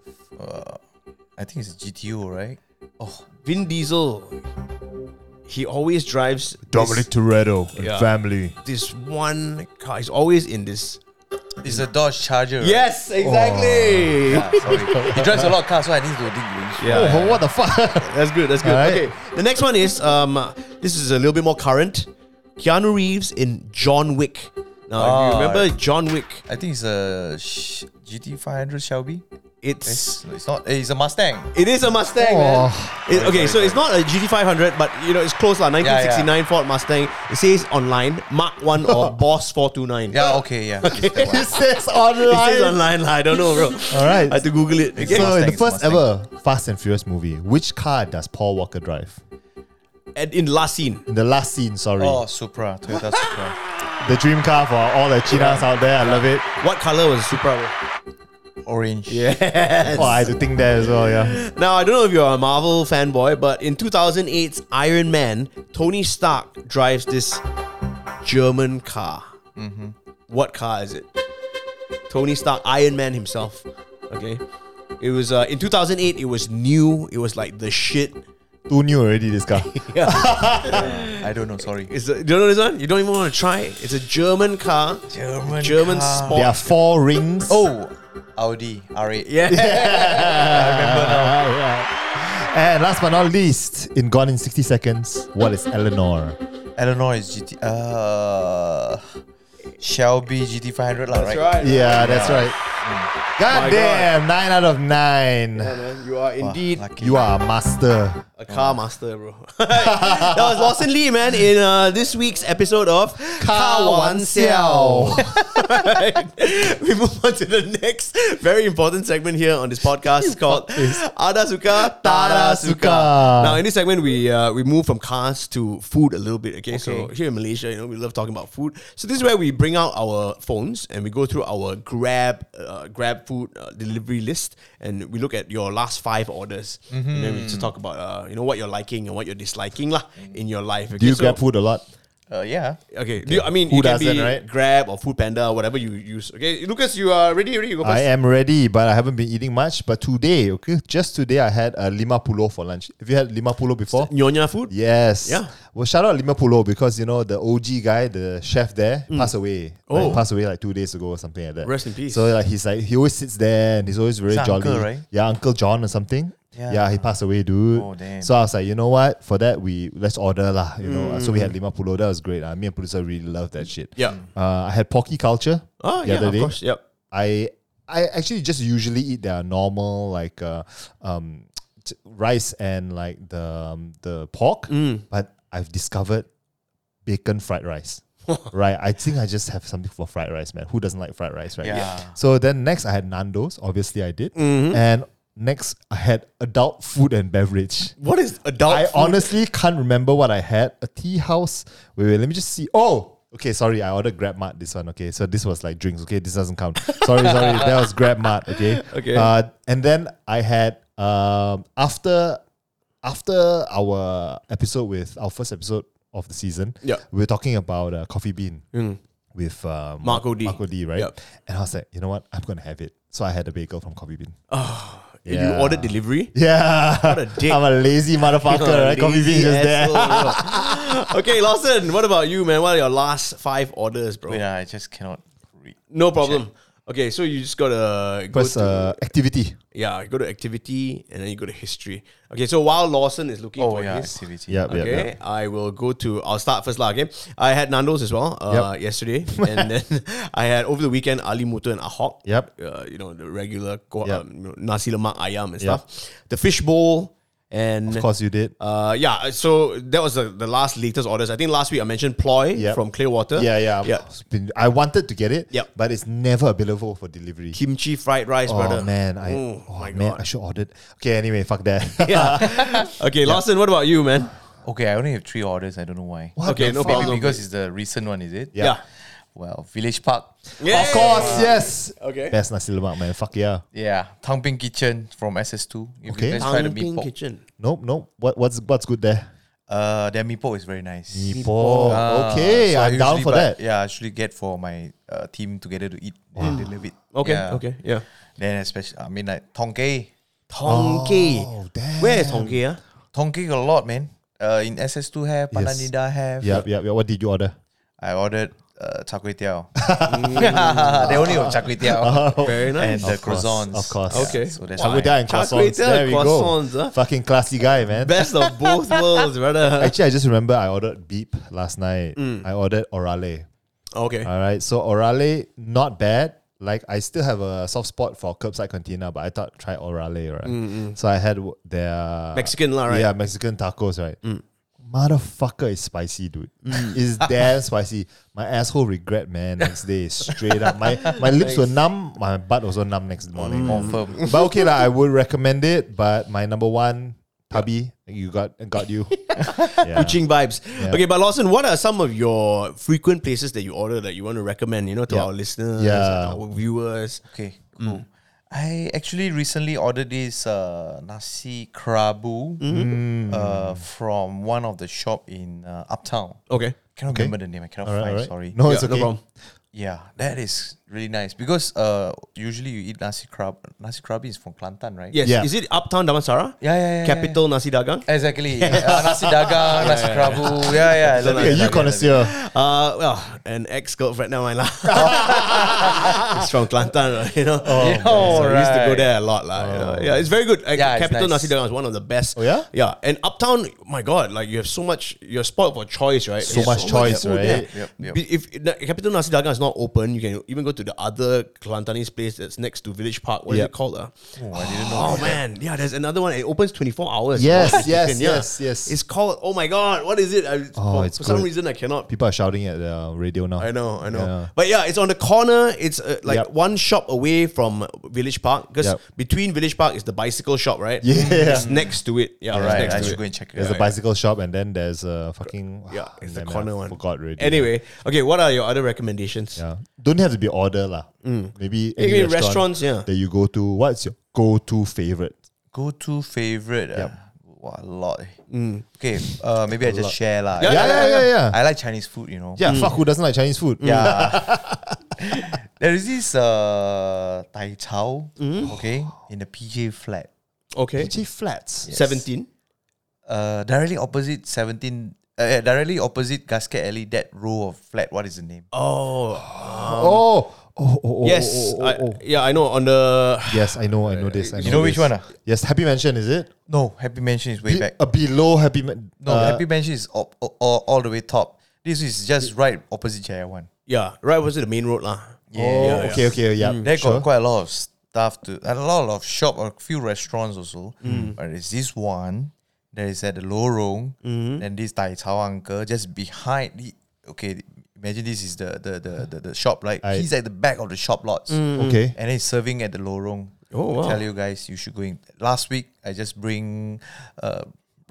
I think it's GTO, right? Oh,
Vin Diesel. He always drives
Dominic Toretto and
Yeah.
family.
this, this one car. He's always in this.
it's a Dodge Charger. right?
Yes, exactly.
Ah, sorry. he drives a lot of cars, so I need to think.
Yeah,
oh,
yeah,
what the fuck? *laughs*
That's good. That's good.
Alright.
Okay. The next one is um, uh, this is a little bit more current. Keanu Reeves in John Wick. Now, if you
Ah.
remember John Wick?
I think it's a sh- GT 500 Shelby.
It's
It's, it's not. It's a Mustang.
it is a Mustang. man.
Oh.
It- okay, so it's not a GT500, but you know it's close lah. 1969 Ford Mustang. It says online Mark One
*laughs*
or Boss 429.
Yeah. Okay. Yeah. Okay.
it
It
says
says
online.
online lah. I don't know,
*laughs*
bro.
All right.
I had to Google it. Okay.
So, in the
Mustangs,
first
Mustangs.
ever Fast and Furious movie, which car does Paul Walker drive?
And in last scene,
In the last scene, sorry.
Oh, Supra, Toyota Supra,
The dream car for all the Chinas out there. I love it.
what color was Supra? bro?
orange.
Yes.
Oh, I had to think there as well, yeah.
Now, I don't know if you're a Marvel fanboy, but in 2008's Iron Man, Tony Stark drives this German car.
Mm-hmm.
What car is it? Tony Stark, Iron Man himself. Okay. It was uh, in 2008, it was new. It was like the shit.
Too new already, this car.
I don't know. Sorry.
It's a, you don't know this one? You don't even want to try it. It's a German car.
German
German
car.
sport.
there are four rings.
Oh, Audi R8.
Yeah.
And last but not least, in Gone in 60 Seconds, what is Eleanor?
Eleanor is GT. Uh, Shelby GT500 lah, right?
Yeah, that's right. God
My
damn, nine out of nine.
man. You are indeed
Ah, Lucky.
You are a master.
a car master, bro. *laughs* that was Lawson Lee, man, in uh, this week's episode of Car Wan *laughs* Xiao. *laughs* we move on to the next very important segment here on this podcast called Adasuka Tarasuka.
Tarasuka.
Now, in this segment, we uh, we move from cars to food a little bit. Okay? so
Okay.
here in Malaysia, you know, we love talking about food. So this is where we bring out our phones and we go through our Grab uh, Grab food uh, delivery list and we look at your last five orders and then we
Mm-hmm.
just talk about uh, you know what you're liking and what you're disliking lah in your life.
Do you grab food a lot?
Uh, yeah.
Okay, Do you, I mean,
Who
you can
doesn't,
be
right?
Grab or Food Panda or whatever you use. Okay, Lucas, you are ready. Ready? You go first.
I am ready, but I haven't been eating much. But today, okay, just today, I had a lima pulo for lunch. Have you had lima pulo before?
Nyonya food.
Yes.
Yeah.
Well, shout out Lima Pulo because you know the OG guy, the chef there, passed away.
Oh.
Like, passed away like two days ago or something like that.
Rest in peace.
So like he's like he always sits there and he's always very
He's an
jolly.
uncle, right?
Yeah, Uncle John or something.
Yeah.
Yeah. he passed away, dude.
Oh, damn.
So I was like, you know what? For that, we let's order lah. You know. So we had lima pulo. That was great. Uh, me and producer really loved that shit.
Mm. Yeah.
Uh, I had Pocky Culture.
Oh
the
yeah,
other
of
day.
course. Yep.
I I actually just usually eat their normal like uh, um, t- rice and like the um,
Mm.
the pork, but I've discovered bacon fried rice. right, I think I just have something for fried rice, man. Who doesn't like fried rice, right?
Yeah.
So then next I had Nando's. Obviously, I did, and next I had adult food and beverage.
What is adult?
I
food?
honestly can't remember what I had. A tea house. Wait, wait, let me just see. Oh, okay, sorry. I ordered Grab Mart this one. Okay, so this was like drinks. Okay, this doesn't count.
*laughs*
Sorry, sorry. That was Grab Mart. Okay.
Okay.
Uh, and then I had um after after our episode with our first episode of the season.
Yeah. Hmm.
we were talking about uh, coffee bean. With um,
Marco D.
Marco D, right?
Yep.
And I was like, you know what? I'm gonna have it. So I had a bagel from Coffee Bean.
Ah, You
Yeah.
ordered
*laughs*
delivery.
Yeah,
a dick.
I'm a
*laughs*
lazy motherfucker. right? Coffee
Lazy
Bean just there.
asshole, bro. oh, okay, Lawson. What about you, man? What are your last five orders, bro?
Wait, ah, I just cannot read.
No problem. Okay, so you just gotta go
*laughs* First
to
uh, activity.
yeah, go to activity and then you go to history. Okay, so while Lawson is looking
Oh
for
yeah,
his,
activity.
Yeah, yeah,
Okay, I will go to. I'll start first, lah. Okay, I had Nando's as well uh,
*laughs*
yesterday, and then I had over the weekend Ali Mutu and Ahok.
Yep.
uh, you know the regular ko-
Yep.
um, you know, nasi lemak ayam and
Yep.
stuff. The fish bowl and
Of course you did.
uh, yeah, so that was the, the last latest orders. I think last week I mentioned Ploy
Yep.
from Clearwater.
yeah, yeah,
yeah.
It's been- I wanted to get it,
Yep.
but it's never available for delivery.
Kimchi fried rice,
oh
brother.
man, I
Oh,
oh,
my
man,
God.
I should order. Okay, anyway, fuck that.
*laughs* Yeah. okay, Lawson, what about you, man?
Okay, I only have three orders. I don't know
*laughs*
why.
What
Okay, no
the fuck?
Maybe
problem.
because it's the recent one, is it?
Yeah.
Well, Village Park.
yeah.
Of course, yes.
Okay.
Best nasi lemak, man. Fuck yeah.
Yeah, Tang Ping Kitchen from SS2. If
Okay.
you guys try the
Tang
mee
Ping
pok,
Kitchen.
Nope, nope. What what's what's good there?
uh, their mee pok is very nice.
Meatball.
Ah,
okay,
so I
I'm down
usually
for
buy-
that.
Yeah, I usually get for my uh, team together to eat
Ah.
and deliver it.
Okay,
Yeah.
okay, yeah.
Then especially, I mean like Tongkei.
Tongki.
Oh, damn.
Where is Tongki? Ah?
Tongkei got a lot, man. Uh, in SS2 have,
Yes.
Panandida have.
Yeah, yeah, yeah. What did you order?
I ordered uh, char kway
*laughs*
teow. *laughs* they only have char kway teow.
Very
and
nice.
the
course,
croissants.
Oh, of course.
Okay.
So that's
Char kway teow
why.
and
Char kway
croissants.
teow
There
and
we
croissants,
go.
huh?
Fucking classy guy,
*laughs*
man.
Best of
*laughs*
both worlds, brother.
Actually, I just remember I ordered beep last night.
Mm.
I ordered orale.
Okay.
All right. So Orale, not bad. Like I still have a soft spot for curbside container, but I thought try Orale, right? So I had w- their
Mm, Mexican lah, right? Mm.
Yeah, Mexican tacos, right? Motherfucker is spicy, dude.
*laughs*
It's damn spicy. My asshole regret, man. Next day, straight up. My my lips were numb. My butt was also numb next morning.
Mm.
Oh.
Confirm.
But okay, lah. I would recommend it. But my number one, Tubby, you got got
*laughs*
you. Yeah.
Kuching vibes. Okay, but Lawson, what are some of your frequent places that you order that you want to recommend, you know, to
Yeah.
our listeners,
Yeah.
and our viewers?
Okay, cool. I actually recently ordered this uh, nasi kerabu uh, from one of the shop in uh, Uptown.
Okay.
Cannot remember the name. I cannot
All right,
find.
all right.
Sorry.
No,
Yeah,
it's
no
okay.
problem.
Yeah, that is really nice because uh, usually you eat nasi krab. Nasi krabi is from Kelantan, right?
Yes.
Yeah.
Is it Uptown Damansara?
Yeah, yeah, yeah, yeah,
Capital Nasi Dagang.
Exactly. Uh, nasi dagang, nasi krabu. Yeah, yeah. I love
Yeah,
it, I love it, I
you
love
connoisseur.
Uh, well, an ex girlfriend now,
*laughs*
my lah. It's from Kelantan, right, you know. Oh, so we used to go
alright.
there a lot, lah. you know. Yeah, it's very good. Like,
Yeah, it's
Capital
nice.
Nasi Dagang is one of the best.
Oh, yeah?
yeah. And Uptown, my God, like you have so much. You're spoiled for choice, right?
So
There's
much choice,
food
right?
there.
Yep, yep.
Be- If the Capital Nasi Dagang is not open, you can even go to the other Kelantanese place that's next to Village Park. What is
Yep.
it called? Uh? Oh, I didn't know. Oh man, yeah. There's another one. It opens 24 hours.
Yes,
Oh, it's
yes,
open, yeah.
yes, yes.
It's called. Oh my God, what is it? I,
Oh,
for
it's
for some
good.
reason I cannot.
People are shouting at the radio now.
I know, I know.
Yeah.
But yeah, it's on the corner. It's uh, like
Yep.
one shop away from Village Park because
Yep.
between Village Park is the bicycle shop, right?
Yeah.
it's next to it. Yeah,
it.
it's
Alright,
next
I
to
should
it.
go and check it
There's
out.
a bicycle shop and then there's a fucking
Yeah, it's the
Damn it,
corner
I
one.
Forgot already.
Anyway, okay. What are your other recommendations?
yeah, don't have to be order lah. Maybe
Maybe
any
restaurants, yeah.
that you go to. What's your go-to favorite?
Go-to favorite. uh, Wow, a lot. eh. Okay, uh, maybe I just share lah.
Yeah,
Yeah, yeah, yeah, yeah.
I like Chinese food, you know.
Yeah, fuck who doesn't like Chinese food? *laughs*
Yeah. there is this uh Tai Chao,
Mm.
okay, in the PJ flat.
Okay,
PG flats.
seventeen.
Uh directly opposite 17 uh, uh, directly opposite Gasket Alley, that row of flat. What is the name?
Oh,
Oh, oh, oh, oh,
yes.
oh, oh,
I-
oh, oh.
yeah, I know. On the
yes, I know, I know this. I know
you know which
this.
one, ah?
Yes, Happy Mansion is it?
No, Happy Mansion is way
Be-
back.
uh, below Happy uh, Man.
No, Happy Mansion is all, all, all the way top. This is just right opposite Jaya One.
yeah, right was it the main road lah?
Oh,
Yeah,
okay, okay, yeah.
They
Mm, sure.
Mm. got quite a lot of stuff to and a lot of shop or a few restaurants also. But it's this one that is at the Lorong, and this Tai Chao uncle just behind the okay. Imagine this is the the the, the, the shop, right?
I-
He's at the back of the shop lots.
okay.
And he's serving at the Lorong.
Oh, wow.
I tell you guys, you should go in. Last week, I just bring uh,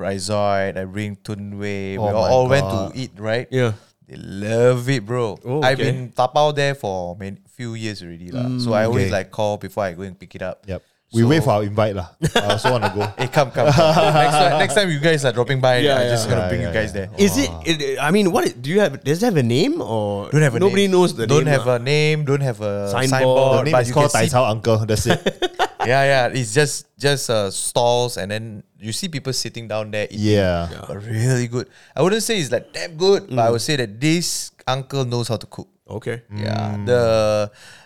Brizoid, I bring Tunwei. we
Oh
all,
my
all went to
God.
eat, right?
Yeah.
They love it, bro.
Oh,
I've
okay.
been tapao there for many, few years already, lah. So I always like call before I go and pick it up.
Yep. We
So-
wait for our invite lah. I also want to
*laughs*
go.
Hey, come, come. come. next, time, next time you guys are dropping by,
Yeah,
I'm just
yeah.
gonna
Yeah,
bring you
yeah,
guys
yeah.
there.
Is it, it? I mean, what do you have? Does it have a name or
Don't have a
nobody
name.
knows the
don't
name?
have a name. Don't have a
Signboard.
signboard.
The name
but
is
you
called
can
Tai
see-
Chao Uncle. That's
*laughs*
it.
Yeah, yeah. It's just just uh, stalls, and then you see people sitting down there. Eating,
yeah. Mm.
But really good. I wouldn't say it's like damn good, but I would say that this uncle knows how to cook.
Okay.
Yeah,
Mm.
the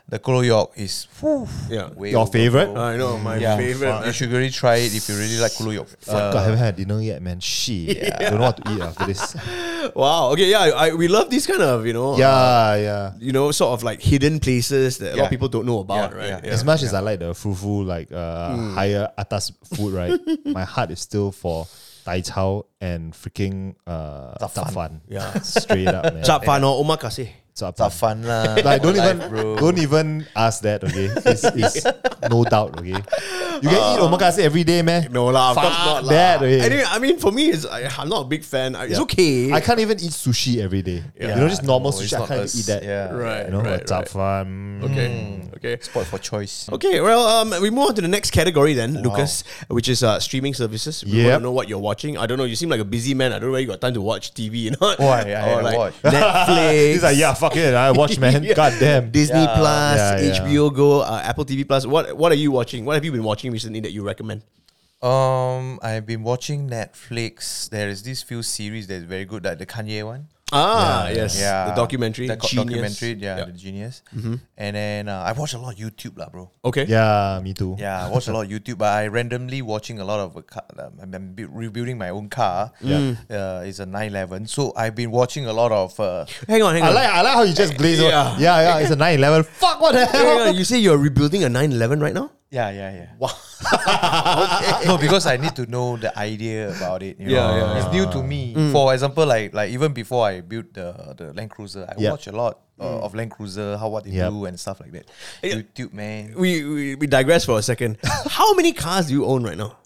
the Kuloyok is whew,
Yeah.
way
Your
over,
favorite?
bro.
I know my
yeah,
favorite.
You should really try it if you really like Kuloyok. Uh,
Fuck, I haven't had dinner yet, man. Shit. Don't know what to eat after this.
Wow. Okay. Yeah. I, we love these kind of you know.
yeah, yeah.
You know, sort of like hidden places that a lot of
Yeah.
people don't know about,
Yeah,
right?
yeah. Hmm.
As much as I like the fufu, like uh, higher atas food,
*laughs*
right? my heart is still for tai chow and freaking uh,
Zap
zap
fan.
fan.
Yeah.
*laughs* straight up, man.
Chap fan or omakase.
Zap fan.
It's fun lah.
*laughs* Like don't
Life,
even don't even ask that, okay? It's, it's no doubt, okay? You can eat omakase every day, man.
Uh, No lah, of
Fuck
course not lah.
that, okay?
Anyway, I mean, for me, it's I, I'm not a big fan. I- It's
Yeah.
okay.
I can't even eat sushi every day. You know, just
no,
normal
it's
sushi. I
not
can't
us.
even eat that.
Yeah.
Right.
You know, Mm.
right,
like zap
right.
fan.
Okay. Okay.
Spot for choice.
Okay, well, um, we move on to the next category then, Lucas, which is uh, streaming services. We want
Yep.
to know what you're watching. I don't know. You seem like a busy man. I don't know where you got time to watch TV. You know?
Oh, I-
*laughs*
I-
Or
I
like
*laughs*
watch.
*laughs* Netflix.
He's like, yeah, fuck it. I watch, man.
*laughs* Yeah.
God damn.
Disney Plus,
Yeah, yeah.
HBO Go, uh, Apple TV Plus. What What are you watching? What have you been watching recently that you recommend?
Um, I've been watching Netflix. There is this few series that is very good, like the Kanye one.
Ah, yes,
Yeah,
the documentary,
The co-
Genius. Mm-hmm.
documentary. Yeah, the genius. And then uh, I watch a lot of YouTube, lah, bro.
Okay.
Yeah, me too.
Yeah, I watch a lot of YouTube, but I randomly watching a lot of a car. Um, I'm- I'm bu- rebuilding my own car. Yeah, uh, it's a 911. So I've been watching a lot of.
*laughs*
Uh,
Hang on, hang
I
on.
like I like how you just glaze over.
Yeah.
Yeah, yeah. It's a 911. Fuck what the
Hang
hell?
*laughs*
on, You say you're rebuilding a 911 right now?
yeah, yeah, yeah.
Wow.
*laughs* No, because I need to know the idea about it. You
Yeah,
know?
yeah, Mm.
it's new to me. For example, like like even before I built the the Land Cruiser, I
Yeah.
watch a lot uh, of Land Cruiser, how what they
Yep.
do and stuff like that.
Mm. Yeah.
YouTube, man,
We, we we digress for a
*laughs*
second. How many cars do you own right now?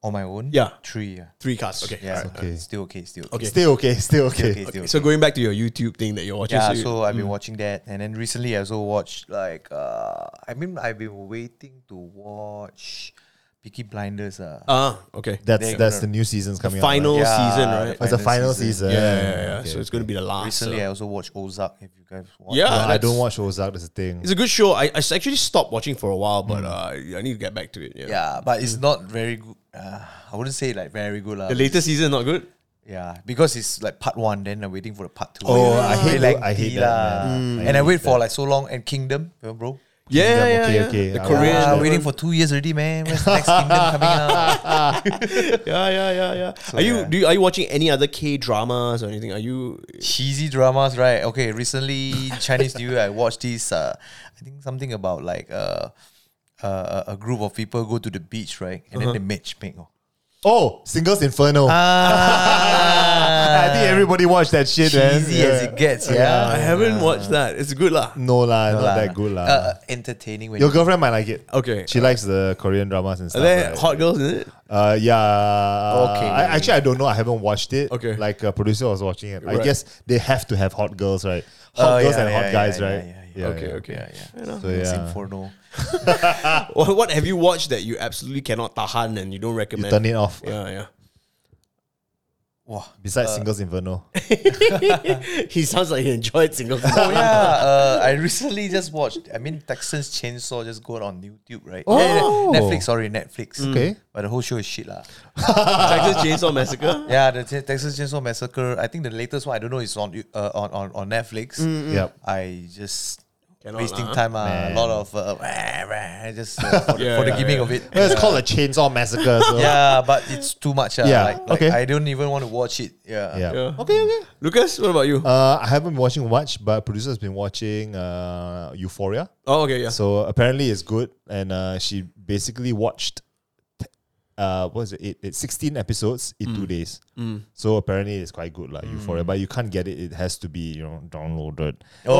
on my own.
Yeah.
three. Yeah,
Three cars. Okay.
yeah.
alright.
okay.
Still okay. Still
Okay.
Still okay. Still okay.
okay, still okay.
So mm. going back to your YouTube thing that you're watching.
yeah,
you-
so I've been watching that, and then recently I also watched like uh, I mean I've been waiting to watch Peaky Blinders. Uh.
Ah, okay.
That's
They're
that's
gonna-
the new season's coming
Final
out.
Yeah,
season,
the
right?
Right? Oh, It's the final season.
yeah,
season.
yeah, yeah, yeah.
Okay.
So it's gonna be the last. uh,
Recently,
so-
I also watched Ozark. If you guys watch,
Yeah,
I
that's-
don't watch Ozark. That's the thing.
It's a good show. I, I s- actually stopped watching for a while, but uh, I need to get back to it. Yeah.
Hmm. yeah, but it's not very good. Uh, I wouldn't say like very good lah.
Mm. The latest season is not good.
Yeah, because it's like part one, then I'm waiting for the part two.
Oh, I
It's
hate
very
tho- I hate
lengthy
that,
lah.
man. Mm.
and
I
I
hate
wait for
that.
like so long. And Kingdom, you know, bro.
Yeah,
Kingdom,
yeah,
okay,
yeah.
okay.
The
I
Korean.
Yeah,
one.
waiting for two years already, man. When's the next Kingdom coming out?
*laughs* yeah, yeah, yeah, yeah. are you
yeah.
do you, are you watching any other K dramas or anything? Are you
Cheesy dramas, right? Okay, recently Chinese New Year, I watched this. Uh, I think something about like uh, uh, a group of people go to the beach, right? And
Uh-huh.
then they matchmake. Oh.
Oh, Singles Inferno.
Ah. *laughs*
I think everybody watched that shit, man.
cheesy as it gets. Yeah,
I haven't watched that. It's good lah.
No lah, not
Lah.
that good lah.
Uh, entertaining when
Your girlfriend might like it.
Okay.
She likes the Korean dramas and
Are
stuff.
there
right?
hot girls in it?
Uh, yeah.
Okay.
I, actually, I don't know. I haven't watched it.
Okay.
Like a producer was watching it. I
Right.
guess they have to have hot girls, right? Hot
Oh,
girls
yeah,
and
yeah,
hot
yeah,
guys,
yeah,
right?
yeah, yeah.
okay, okay.
yeah, yeah.
So,
It's
yeah.
Inferno.
What, what have you watched that you absolutely cannot tahan and you don't
You
recommend?
turn it off.
Yeah,
Wow.
Besides Singles Inferno.
yeah. *laughs* he sounds like he enjoyed single.
Oh yeah, *laughs* uh, I recently just watched. I mean, Texans Chainsaw just got on YouTube, right? Yeah, yeah,
Oh.
Netflix. Sorry, Netflix.
Okay.
but the whole show is shit, lah.
Texas Chainsaw
*laughs*
Massacre.
Yeah, the Te- Texas Chainsaw Massacre. I think the latest one. I don't know. It's on uh, on, on on Netflix.
Yep.
I just.
Cannot
wasting
lah,
time, uh, a lot of uh, rah, rah, just uh, *laughs* for,
*laughs*
the-
Yeah,
for the
yeah,
gimmick
yeah.
of it.
Well, it's called a chainsaw massacre. So.
yeah, but it's too much. Uh,
Yeah,
like, like
okay.
I don't even want to watch it. Yeah,
Yeah.
Okay, okay. Lucas, what about you?
Uh, I haven't been watching much, but producer's been watching uh, Euphoria.
oh, okay, yeah.
So apparently it's good, and uh, she basically watched, t- uh, what is it? It, it's sixteen episodes in
Mm.
two days. So apparently it's quite good, like Euphoria. But you can't get it; it has to be you know downloaded.
Oh,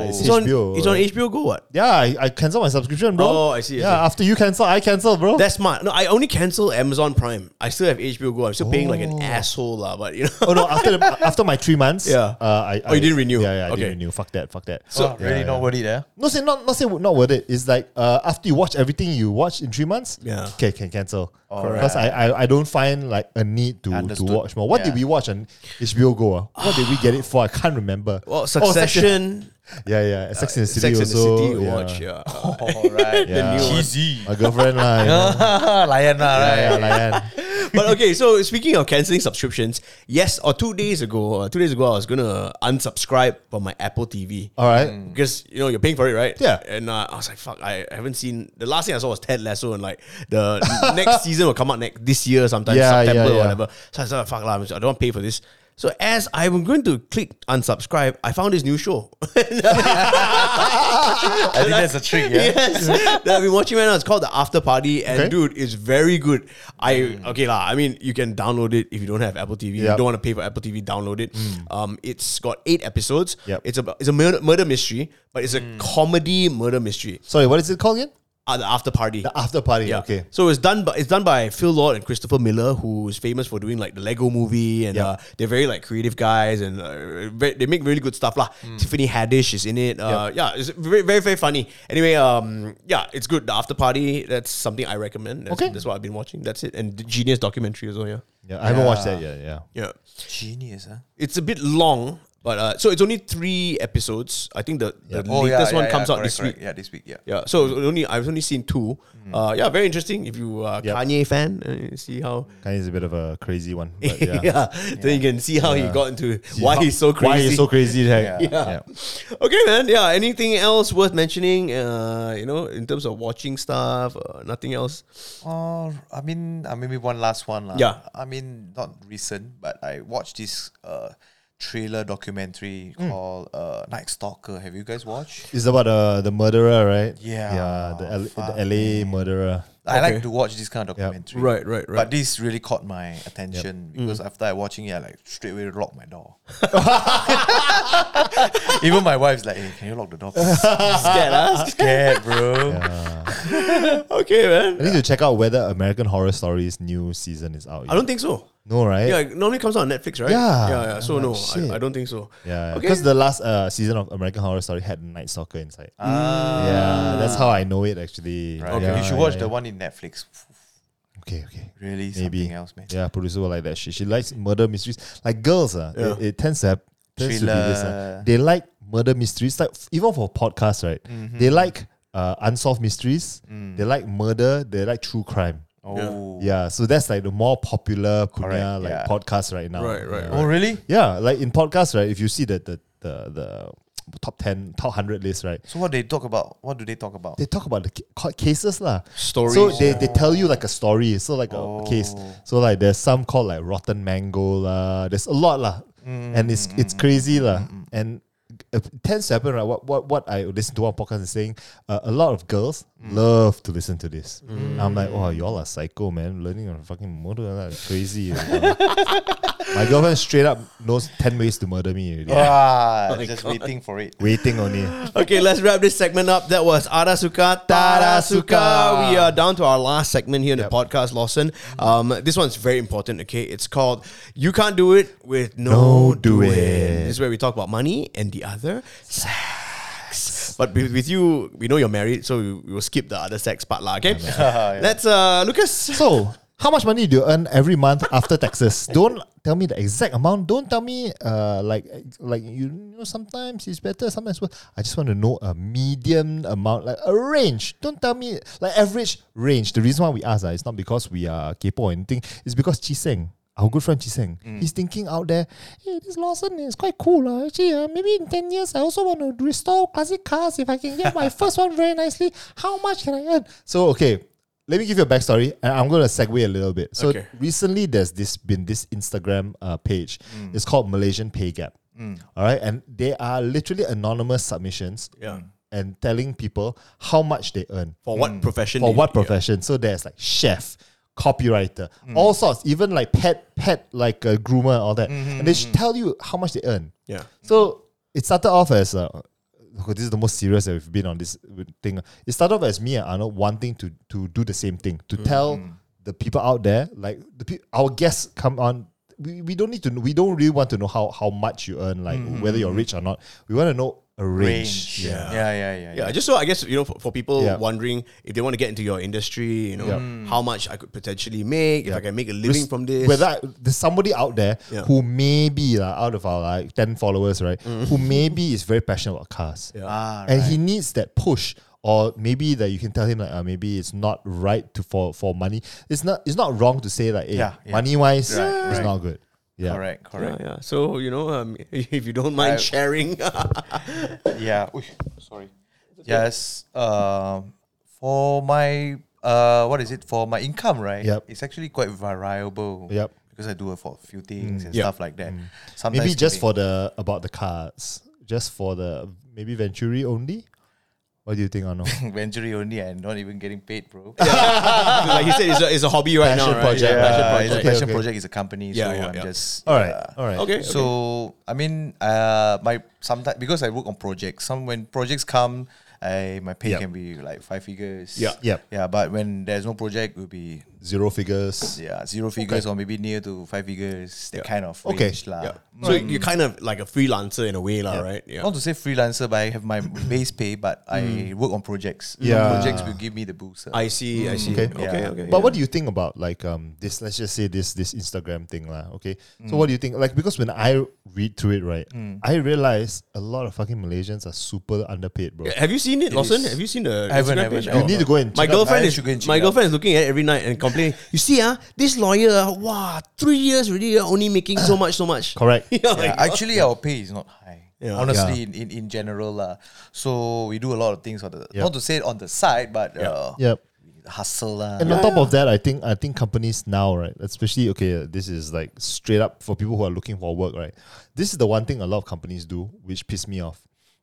really?
it's
It's on,
HBO,
it's on
right?
HBO Go, what?
Yeah, I, I cancelled my subscription, bro.
Oh, I see, I
yeah,
see.
after you cancel, I cancel, bro.
That's smart. No, I only cancel Amazon Prime. I still have HBO Go. I'm still paying like an asshole, lah. But you know,
oh no! After the, after my three
*laughs*
months,
Yeah.
Uh, I,
Oh, you
I-
didn't renew.
Yeah, yeah, I
Okay.
didn't renew. Fuck that, fuck that.
So
Yeah,
really
Oh, yeah.
not worth it, eh?
No, say not not say not worth it. It's like uh, after you watch everything you watch in three months,
Yeah.
okay, can cancel because I, I I don't find like a need to, to
Understood.
watch more. What did
Yeah.
we watch on HBO Go? ah? What did we get it for? I can't remember.
well,
Oh,
Succession,
yeah, yeah, Sex in the City
Sex in the
also,
City, you
yeah.
watch. Yeah.
All right,
Yeah. new one.
cheesy.
My girlfriend lah, you know.
*laughs* Lion, lah, right?
yeah, yeah,
but okay, so speaking of canceling subscriptions, yes, or two days ago, uh, two days ago, I was gonna unsubscribe from my Apple TV.
All right.
Because you know you're paying for it, right?
Oh. Yeah.
And uh, I was like, "Fuck!" I I haven't seen the last thing I saw was Ted Lasso, and like the *laughs* next season will come out next this year sometime,
Yeah,
September
yeah,
or
yeah.
whatever. So I was like, "Fuck lah, I don't want to pay for this." So as I'm going to click unsubscribe, I found this new
*laughs*
show. *laughs*
I think that's a trick,
*laughs*
yeah.
yes, that I've been watching right now. It's called the After Party, and
Okay. Hmm.
dude, it's very good. I okay lah. I mean, you can download it if you don't have Apple TV. You
Yep. Hmm.
don't want to pay for Apple TV. Download it. Um, it's got eight episodes.
Yep. Hmm.
It's about it's a murder, murder mystery, but it's a comedy murder mystery.
Sorry, what is it called again?
Uh, the After Party.
The after party.
yeah.
Okay.
So it's done by it's done by Phil Lord and Christopher Miller, who is famous for doing like the Lego Movie, and
Yep.
uh, they're very like creative guys, and uh, ve- they make really good stuff lah.
Hmm.
Tiffany Haddish is in it. Uh, Yeah, it's very very very funny. Anyway, um, yeah, it's good. The after party, that's something I recommend. That's,
Okay.
that's what I've been watching. That's it, and the Genius documentary as well. Yeah,
Yeah, I haven't watched that yet. Yeah.
yeah.
Genius, huh?
It's a bit long, but uh, so it's only three episodes. I think the, the
Oh, yeah,
latest one
yeah,
comes
yeah,
out
correct,
this
correct.
week.
Yeah, this week, yeah.
Yeah, so it's only I've only seen two. Uh, yeah, very interesting. If you uh,
Mm. Yep.
Kanye fan, uh, see how
Kanye's a bit of a crazy one.
*laughs*
But
yeah.
yeah.
Then you can see how he got into why
How-
he's so crazy.
Why he's
*laughs*
so crazy? like,
Yeah.
Yeah. Okay, man. Yeah. Anything else worth mentioning? Uh, you know, in terms of watching stuff, uh, nothing else.
Or I mean, uh, maybe one last one, lah.
Yeah.
I mean, not recent, but I watched this uh, trailer documentary
Hmm.
called uh, Night Stalker. Have you guys watched?
It's about uh, the murderer, right?
Yeah.
Yeah, the, L-
Fuck,
the LA murderer.
I like
Okay.
to watch this kind of documentary.
Right, right, right.
But this really caught my attention
Mm.
because after I watching it, I like straight away lock my door. *laughs* Even my wife's like, hey, can you lock
*laughs*
the door? please?"
Scared, huh?
Scared, bro.
Okay, man.
I need to check out whether American Horror Stories new season is out. Yet.
I don't think so.
no, right?
Yeah, it normally comes out on Netflix, right?
Yeah.
Yeah, yeah. So
I'm
no,
like, shit.
I, I don't think so.
Yeah,
Okay.
because the last uh, season of American Horror Story had Night Stalker inside. Yeah, that's how I know it actually.
Ah. Uh, Right.
Yeah,
you should
yeah,
watch
yeah.
the one in Netflix.
okay, okay.
Really
Maybe.
something else, man.
Yeah, producer will like that shit. She likes murder mysteries. Like girls, uh,
Yeah.
it, it tends to have tends to be this. Uh,
Thriller.
they like murder mysteries. Like f- even for podcasts, right?
Mm-hmm.
They like uh, unsolved mysteries.
Mm.
They like murder. They like true crime.
Oh.
Yeah, so that's like the more popular punya,
Correct,
like
yeah.
podcast right now.
Right, right,
Yeah.
Oh really?
Yeah, like in podcasts, right? If you see the the the, the top ten, top hundred list, right?
So what they talk about? What do they talk about?
They talk about the ca- court cases, lah.
Stories.
So they, they tell you like a story. So like a case. So like there's some called like rotten mango, lah. There's a lot, lah. And it's it's crazy, lah. And it tends to happen, right? What what what I listen to on podcast is saying, uh, a lot of girls love to listen to this. I'm like, oh, y'all are psycho, man. Learning on fucking murder, lah. It's crazy. *laughs* My girlfriend straight up knows ten ways to murder me. Already. *laughs* Oh
Ah, just waiting for it.
Waiting only.
Okay, let's wrap this segment up. That was Arasuka Tarasuka. We are down to our last segment here in the podcast, Lawson. Um, this one's very important, okay? It's called You Can't Do It With No,
No Do
Doing.
It.
This is where we talk about money and the other sex. But with, with you, we know you're married, so we, we will skip the other sex part, lah, okay?
*laughs*
Let's, uh, Lucas.
So, how much money do you earn every month after taxes? Don't tell me the exact amount. Don't tell me uh like like you know sometimes it's better, sometimes worse. I just want to know a median amount, like a range. Don't tell me like average range. The reason why we ask uh, it's not because we are capable or anything. It's because Chiseng. Our good friend Chiseng, he's thinking out there, hey, this Lawson is quite cool. Uh. Actually, uh, maybe in 10 years, I also want to restore classic cars. If I can get my first one very nicely, how much can I earn? So, okay, let me give you a backstory, and I'm gonna segue a little bit. So
Okay.
recently, there's this been this Instagram uh, page.
Mm.
It's called Malaysian Pay Gap. All right, and they are literally anonymous submissions.
Yeah.
and telling people how much they earn
For what profession?
Hmm.
do
for
you-
what profession. So there's like chef, copywriter, all sorts, even like pet pet like a groomer, all that, and they should tell you how much they earn.
Yeah.
So it started off as uh, okay, this is the most serious that we've been on this thing. It started off as me and Arnold wanting to to do the same thing to tell the people out there, like the pe- our guests come on. We, we don't need to. know- We don't really want to know how how much you earn, like whether you're rich or not. We want to know a range.
Range. Yeah. Yeah. Yeah. Yeah.
Yeah, just so I guess you know for, for people
Yeah.
wondering if they want to get into your industry, you know
Yeah.
how much I could potentially make if I can make a living
Res-
from this.
Whether I- there's somebody out there
Yeah.
who maybe like, out of our like ten followers, right,
Mm.
who maybe is very passionate about cars,
Ah,
and he needs that push, or maybe that you can tell him like, uh, maybe it's not right to for for money. It's not it's not wrong to say like, hey,
Yeah, yeah.
money wise,
Right,
it's
right.
not good. Yeah,
Correct.
yeah,
Correct.
Oh, yeah. So you know, um, *laughs* if you don't mind
*laughs*
I-
sharing,
Yeah. Ooh, sorry. Yes. Um. For my uh, what is it? For my income, right?
Yep.
It's actually quite variable.
Yep. Mm.
Because I do it for a few things and
Yeah.
stuff like that. Sometimes
maybe
can
just
be- *laughs*
for the about the cars, just for the maybe Venturi only. What do you think,
*laughs*
Arno?
Venturi only and not even getting paid, bro.
like he said, it's a, it's a hobby right now,
Passion
right?
project,
Yeah, passion
Uh,
project.
it's a
Okay,
passion
okay.
project is a
Yeah,
company, so
yeah,
I'm
yeah.
just
all right,
yeah.
all right.
Okay, okay.
So I mean, uh, my sometimes because I work on projects. Some when projects come, I my pay
Yep.
can be like five figures.
Yeah.
Yep.
yeah. But when there's no project, it will be
zero figures.
yeah zero figures or maybe near to five figures. That
Yeah.
kind of
Okay.
range lah.
Yeah. So you're kind of like a freelancer in a way, lah, right? Yeah. Mm.
Not to say freelancer, but I have
*coughs*
my base pay, but I work on projects. So
Yeah.
projects will give me the boost.
I see. I see.
Okay.
Okay.
Yeah.
okay
But what do you think about like um this? Let's just say this this Instagram thing lah. Okay,
Mm.
so what do you think? Like because when I read through it, right, I realize a lot of fucking Malaysians are super underpaid, bro.
yeah. Have you seen it, Lawson?
is-
Have you seen the
I
Instagram
haven't, I haven't,
page?
I
You need to go and
My
check out-
girlfriend
I
is
should go and check
my
it out.
girlfriend is looking at it every night and complaining. You see, ah, this lawyer, ah, wow, three years already, ah, only making so much, so much.
*laughs*
Correct.
*laughs* yeah,
Yeah,
like-
actually, our pay is not high.
Yeah.
Honestly, In, in, in general, lah. So we do a lot of things on the
Yep.
not to say on the side, but uh,
Yep.
hustle lah.
And on top of that, I think I think companies now, right, especially okay, this is like straight up for people who are looking for work, right. This is the one thing a lot of companies do, which piss me off.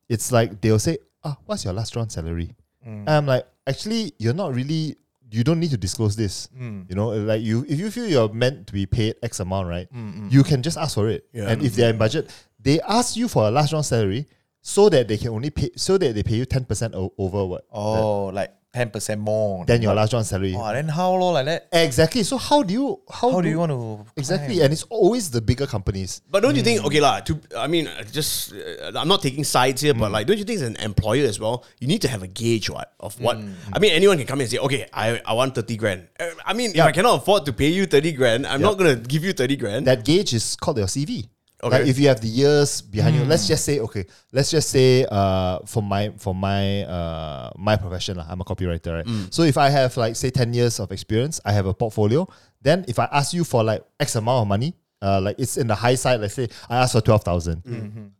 It's like they'll say, "Ah, what's your last round salary?" And I'm like, actually, you're not really. You don't need to disclose this. You know, like you, if you feel you're meant to be paid X amount, right? You can just ask for it.
Yeah.
And if they're in budget, they ask you for a last round salary. so that they can only pay so that they pay you ten percent over what
Oh, like ten percent more.
than your last round salary.
Wow, then how low like that?
Exactly. So how do you how,
How do you want to
exactly?
climb?
And it's always the bigger companies.
But don't you think, okay, lah, to, I mean, uh, just, uh, I'm not taking sides here, but like, don't you think as an employer as well, you need to have a gauge what, of what, I mean, anyone can come in and say, okay, I, I want 30 grand. Uh, I mean, if I cannot afford to pay you 30 grand, I'm not going to give you 30 grand.
That gauge is called your CV.
Okay.
Like if you have the years behind you, let's just say okay, let's just say uh for my for my uh my profession lah, I'm a copywriter, right? So if I have like say ten years of experience, I have a portfolio. Then if I ask you for like X amount of money, uh like it's in the high side. Let's say I asked for twelve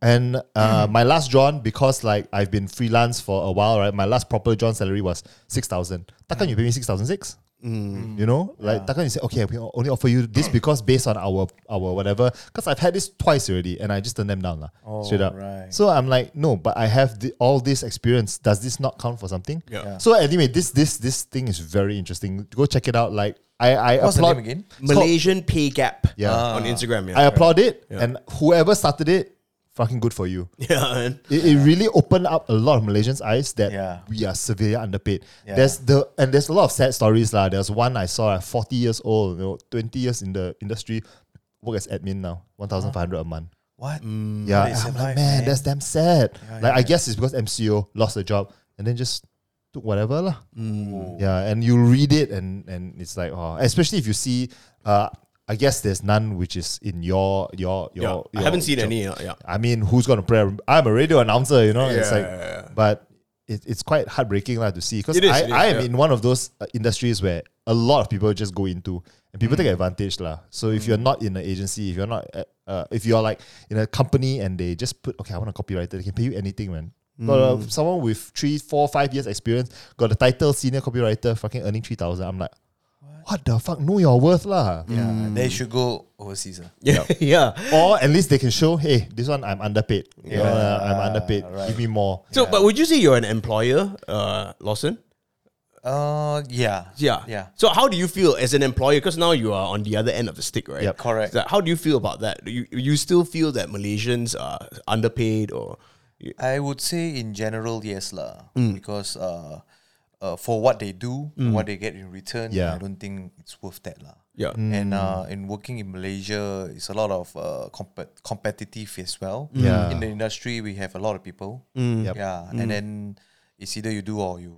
and uh my last drawn because like I've been freelance for a while, right? My last proper drawn salary was six thousand. Takan you pay me six thousand six? You know, like Takan you say, okay, we can only offer you
*coughs*
this because based on our our whatever. Because I've had this twice already, and I just turned them down lah, straight up.
Oh, right.
So I'm like, no, but I have the, all this experience. Does this not count for something?
Yeah. Yeah.
So anyway, this this this thing is very interesting. Go check it out. Like I I
What's the
applaud
name again?
It's called-
Malaysian pay gap Uh,
Yeah.
on Instagram. Yeah,
I applaud it, and whoever started it, fucking good for you.
*laughs* yeah man.
It, it really opened up a lot of Malaysians' eyes that
Yeah.
we are severely underpaid.
Yeah.
There's the and there's a lot of sad stories lah. There's one I saw at 40 years old, you know, 20 years in the industry, work as admin now, 1,500 a month.
What?
Yeah,
That is
I'm
a
like,
life,
man,
man.
that's damn sad. like I guess it's because MCO lost the job and then just took whatever lah. Yeah, and you read it and and it's like, oh, especially if you see, uh, I guess there's none which is in your your your.
Yeah. I
your
haven't seen
job.
any. Yeah. yeah.
I mean, who's gonna pray? I'm a radio announcer, you know. it's
Yeah,
like,
yeah, yeah.
but it, it's quite heartbreaking lah to see because
It is,
I,
it is,
I am
yeah.
in one of those uh, industries where a lot of people just go into and
Mm.
people take advantage lah. So if you're not in an agency, if you're not, uh, uh, if you're like in a company and they just put, okay, I want a copywriter, they can pay you anything, man. Got
Mm.
a, someone with three, four, five years experience, got the title senior copywriter, fucking earning three thousand. I'm like, what? the fuck? Know your worth lah.
Yeah, they Uh, should go overseas. ah.
Yeah. *laughs* yeah.
Or at least they can show, hey, this one I'm underpaid. You know, uh, I'm underpaid. Give me more.
So, but would you say you're an employer, uh, Lawson?
Uh, yeah.
Yeah.
Yeah.
So how do you feel as an employer? Because now you are on the other end of the stick, right?
Yep.
Correct.
So how do you feel about that? You you still feel that Malaysians are underpaid or
I would say in general, yes lah,
Mm.
because uh, uh, for what they do, what they get in return,
Yeah.
I don't think it's worth that lah.
yeah.
And
Hmm.
uh, in working in Malaysia, it's a lot of uh, comp- competitive as well.
Yeah. Hmm.
In the industry, we have a lot of people.
Yep.
Yeah. And then it's either you do or you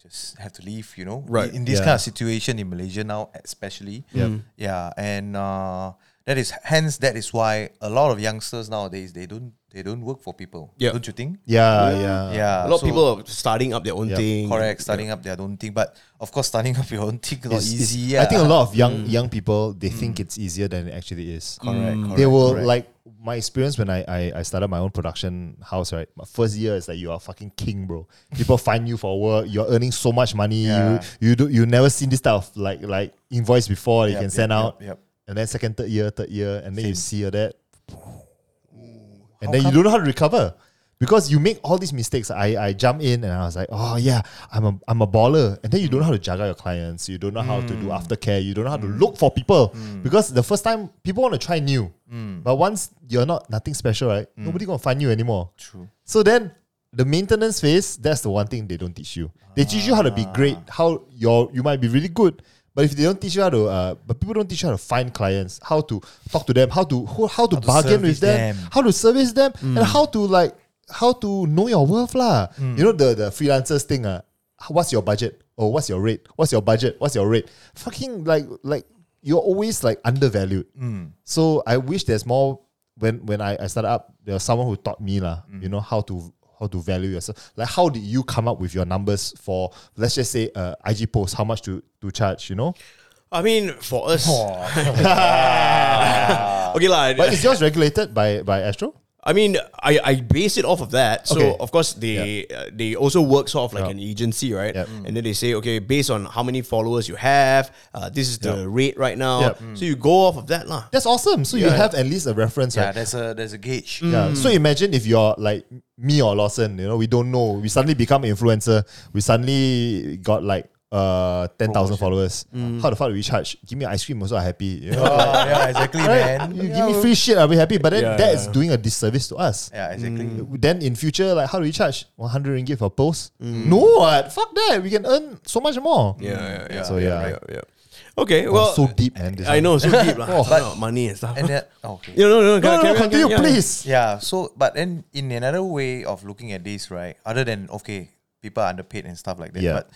just have to leave, you know?
Right.
In, in this
Yeah.
kind of situation in Malaysia now, especially.
Hmm.
Yeah. Yeah. And uh, that is hence that is why a lot of youngsters nowadays they don't they don't work for people.
Yeah.
Don't you think?
Yeah, yeah.
Yeah.
A lot
so-
of people are starting up their own
Yeah.
thing.
correct starting up their own thing. But of course starting *laughs* up your own thing is not
It's- it's-
easy. yeah. Mm.
I think a lot of young young people they think it's easier than it actually is.
Correct, Mm. correct,
they will
correct.
like my experience when I, I I started my own production house. Right, my first year is like you are fucking king, bro. People find you for work. You're earning so much money.
Yeah.
You you do you never seen this type of like like invoice before. that you
Yep,
can
yep,
send
yep,
out.
yep.
And then second, third year, third year, and then you see all that. and
How
then you
come?
don't know how to recover because you make all these mistakes. I, I jump in and I was like, oh yeah, I'm a I'm a baller, and then you don't know how to juggle your clients. You don't know how to do
Hmm.
aftercare. You don't know how to look for people because the first time people want to try new,
Hmm.
but once you're not nothing special, right? Nobody gonna find you anymore.
True.
So then the maintenance phase, that's the one thing they don't teach you. They teach you how to be great, how your you might be really good. But if they don't teach you how to, uh, but people don't teach you how to find clients, how to talk to them, how to who, how to bargain
service
with them,
them.
how to service them, and how to like how to know your worth lah. You know the the freelancers thing uh, what's your budget? Or what's your rate? What's your budget? What's your rate? Fucking like like you're always like undervalued. So I wish there's more when when I, I started up, there was someone who taught me lah, you know, how to how to value yourself. Like how did you come up with your numbers for let's just say uh, IG post, how much to, to charge, you know?
I mean, for us, *laughs* okay lah.
But is yours regulated by by Astro?
I mean, I, I base it off of that. So
Okay.
of course they uh, they also work sort of like an agency, right?
Yep. Mm.
And then they say, okay, based on how many followers you have, uh, this is the rate right now.
Yep.
So you go off of that lah.
That's awesome. So you have at least a reference,
Yeah,
right?
there's a there's a gauge.
Yeah. So
Hmm.
imagine if you're like me or Lawson, you know, we don't know. We suddenly become influencer. We suddenly got like uh, 10,000 followers.
Hmm.
How the fuck do we charge? Give me ice cream, also I'm happy. You know?
*laughs* Oh, yeah, exactly, man.
You give me free shit, I'll be happy. But then
Yeah,
that
yeah.
is doing a disservice to us.
Yeah, exactly.
Then in future, like how do we charge? 100 ringgit for post? No, what? Fuck that. We can earn so much more.
Hmm. Yeah, yeah, yeah.
Mm. So, yeah. Oh,
yeah. Okay, well,
so deep, man. this
I
one.
know, so deep,
*laughs*
lah.
Oh.
You know, money and stuff.
And then, oh, okay.
no, no, no,
No, no,
carry
no,
on,
continue,
carry on, yeah.
please.
Yeah. So, but then in another way of looking at this, right? Other than okay, people are underpaid and stuff like that.
Yeah.
But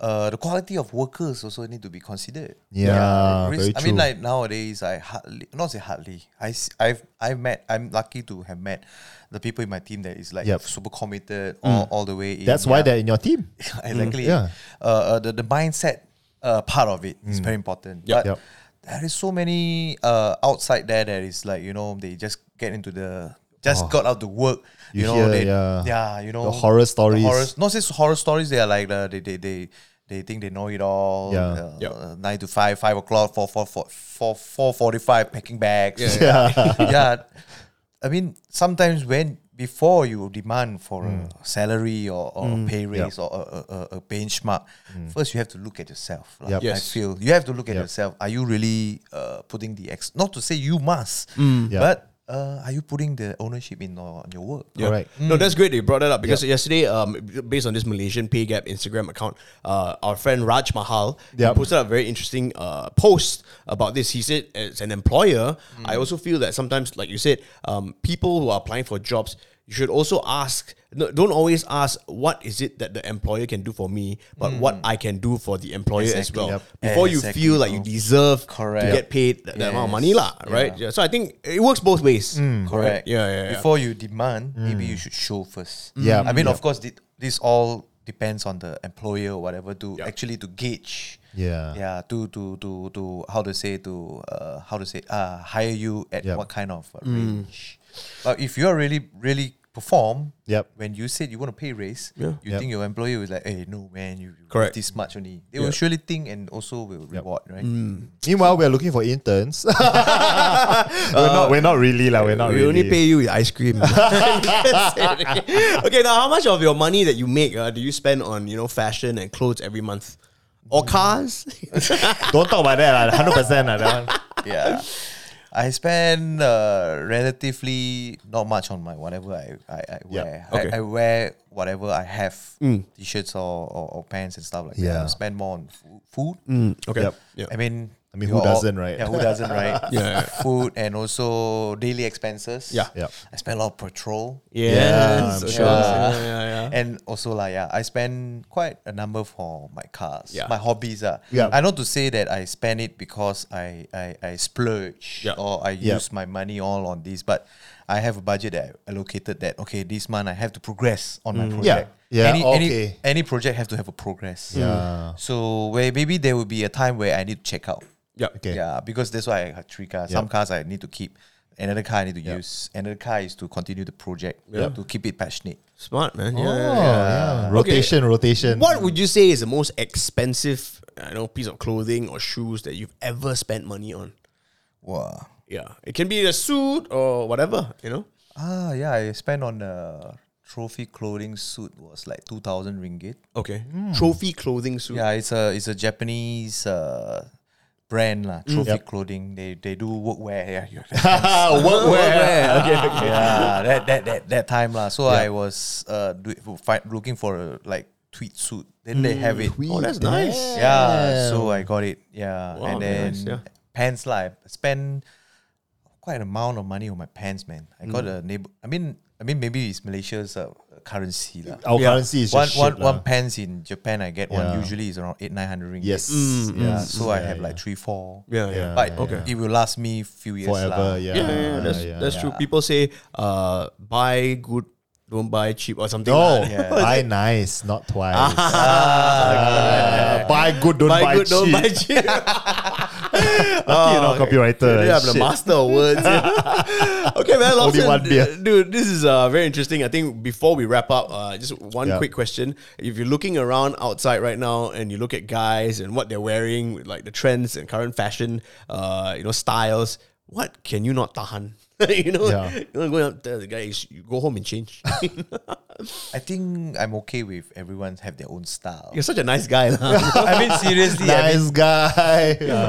uh, the quality of workers also need to be considered.
Yeah,
the
very
I mean,
true.
like nowadays, I hardly not say hardly. I s- I've I've met. I'm lucky to have met the people in my team that is like
Yep.
super committed all, all the way. In,
Mm. That's why
Yeah.
they're in your team.
*laughs* exactly.
Mm, yeah. Mm.
Uh, uh, the, the mindset uh, part of it is very important. But
Yep.
there is so many uh, outside there that is like, you know, they just get into the, just got out to work. You,
Oh. You
know,
hear,
they,
yeah.
you know.
horror stories.
horrors- not just horror stories, they are like, the, they, they, they, they think they know it all.
Yeah.
Uh,
Yep.
uh, Nine to five, five o'clock, four, four, four, four, four forty-five, packing bags. *laughs* yeah. I mean, sometimes when before you demand for a salary or, or a pay raise or a, a, a, a benchmark, first you have to look at yourself. Like,
Yep.
I
Yes.
feel you have to look at
Yep.
yourself. Are you really uh, putting the ex? Not to say you must,
Yeah.
but uh, are you putting the ownership in your, on your work?
Yeah.
Correct.
Mm.
No, that's great that you brought that up because yesterday, um, based on this Malaysian pay gap Instagram account, uh, our friend Raj Mahal he
Yup.
posted a very interesting uh, post about this. He said, as an employer,
Mm.
I also feel that sometimes, like you said, um, people who are applying for jobs, you should also ask. No, don't always ask what is it that the employer can do for me, but what I can do for the employer as
Mm. Exactly.
well.
Yup.
Before
Exactly,
you feel like you
bro.
deserve
Correct.
to get paid that, that amount of money, lah. Right. Yeah. So I think it works both ways.
Mm.
Mm. Correct.
Yeah, yeah, yeah.
Before you demand, maybe you should show first.
Mm. Yeah.
I mean, of course, thi- this all depends on the employer or whatever to actually to gauge.
Yeah.
Yeah. To to to to how to say to uh, how to say uh, hire you at
Yep.
what kind of uh, range. But if you are really really perform.
Yep.
When you said you want to pay raise,
Yeah.
you
Yep.
think your employer was like, "Hey, no, man, you you
Correct.
this much only." They will surely think and also will reward, right?
Meanwhile, we're looking for interns. we're not. *laughs* We're not really like. We're not
we
really.
only pay you with ice
*laughs*
cream. *laughs* okay, now how much of your money that you make uh, do you spend on you know fashion and clothes every month, or
*laughs*
cars?
Don't talk about that. Hundred percent. That one.
yeah. I spend uh, relatively not much on my whatever I, I, I wear.
okay.
I, I wear whatever I have, t-shirts or, or, or pants and stuff like that. I
Yeah.
spend more on fo- food.
*laughs* okay,
Yep.
yeah.
I mean,
I mean,
you
who
all-
doesn't, right?
Yeah, who doesn't, right?
Yeah.
Food and also daily expenses.
Yeah.
Yep.
I spend a lot of petrol.
Yes,
I'm
okay.
sure.
Yeah, yeah, yeah.
And also like yeah, I spend quite a number for my cars,
Yeah.
my hobbies are.
Yeah.
I not to say that I spend it because I I, I splurge
Yeah.
or I
Yeah.
use my money all on this, but I have a budget that I allocated that okay this month I have to progress on my project.
Mm. Yeah,
Any,
okay.
any any project have to have a progress.
Yeah.
So where maybe there will be a time where I need to check out.
yeah.
Okay.
Yeah, because that's why I had three cars. Some cars I need to keep. Another car I need to use. Another car is to continue the project. To keep it passionate.
Smart man. Hmm. Yeah,
Oh,
yeah, yeah.
yeah. Rotation. Rotation.
What would you say is the most expensive, I know, piece of clothing or shoes that you've ever spent money on?
Wow.
Yeah, it can be a suit or whatever. You know.
Ah, yeah, I spent on a trophy clothing suit was like two thousand ringgit.
Okay.
Hmm.
Trophy clothing suit.
Yeah, it's a it's a Japanese uh, brand lah.
Mm.
Trophy clothing. They they do workwear. *laughs* Yeah,
*laughs*
you-
Ah, workwear.
*laughs* yeah, that that that that time lah. So I was uh do, fi- looking for a like tweed suit. Then they have it.
Oh, that's nice.
Yeah, so I got it. Yeah,
Wow,
and
very
then
nice, yeah.
pants lah. I spend quite an amount of money on my pants, man. I got
Mm.
a neighbor. I mean, I mean, maybe it's Malaysia's uh, currency lah.
Our
Yeah.
currency is
One
just shit
one
lah.
one pants in Japan, I get one
Yeah.
usually is around eight nine hundred ringgit.
Yes.
Mm,
yeah.
yes.
So I
Yeah,
have like
yeah.
three four.
Yeah, yeah.
Yeah,
but
yeah,
okay.
it will last me few years lah.
forever. Yeah.
yeah, yeah, that's, that's true. People say, uh, buy good, don't buy cheap or something.
No, *laughs*
like that.
buy nice, not twice. *laughs* Ah, buy good, don't buy,
buy, good, don't
cheap.
Oh, buy cheap.
*laughs* Lucky you're not copywriter.
yeah, I'm the
Shit.
master of words. *laughs* okay, man,
Only
Lawson,
one beer.
dude, this is uh, very interesting. I think before we wrap up, uh, just one
Yeah.
quick question: If you're looking around outside right now and you look at guys and what they're wearing, with, like the trends and current fashion, uh, you know, styles, what can you not tahan? *laughs* you know,
Yeah.
you know, going out there, the guy, is- you go home and change. *laughs*
I think I'm okay with everyone have their own style.
You're such a nice guy. lah.
*laughs*
*laughs*
I mean seriously, I
nice
mean,
guy.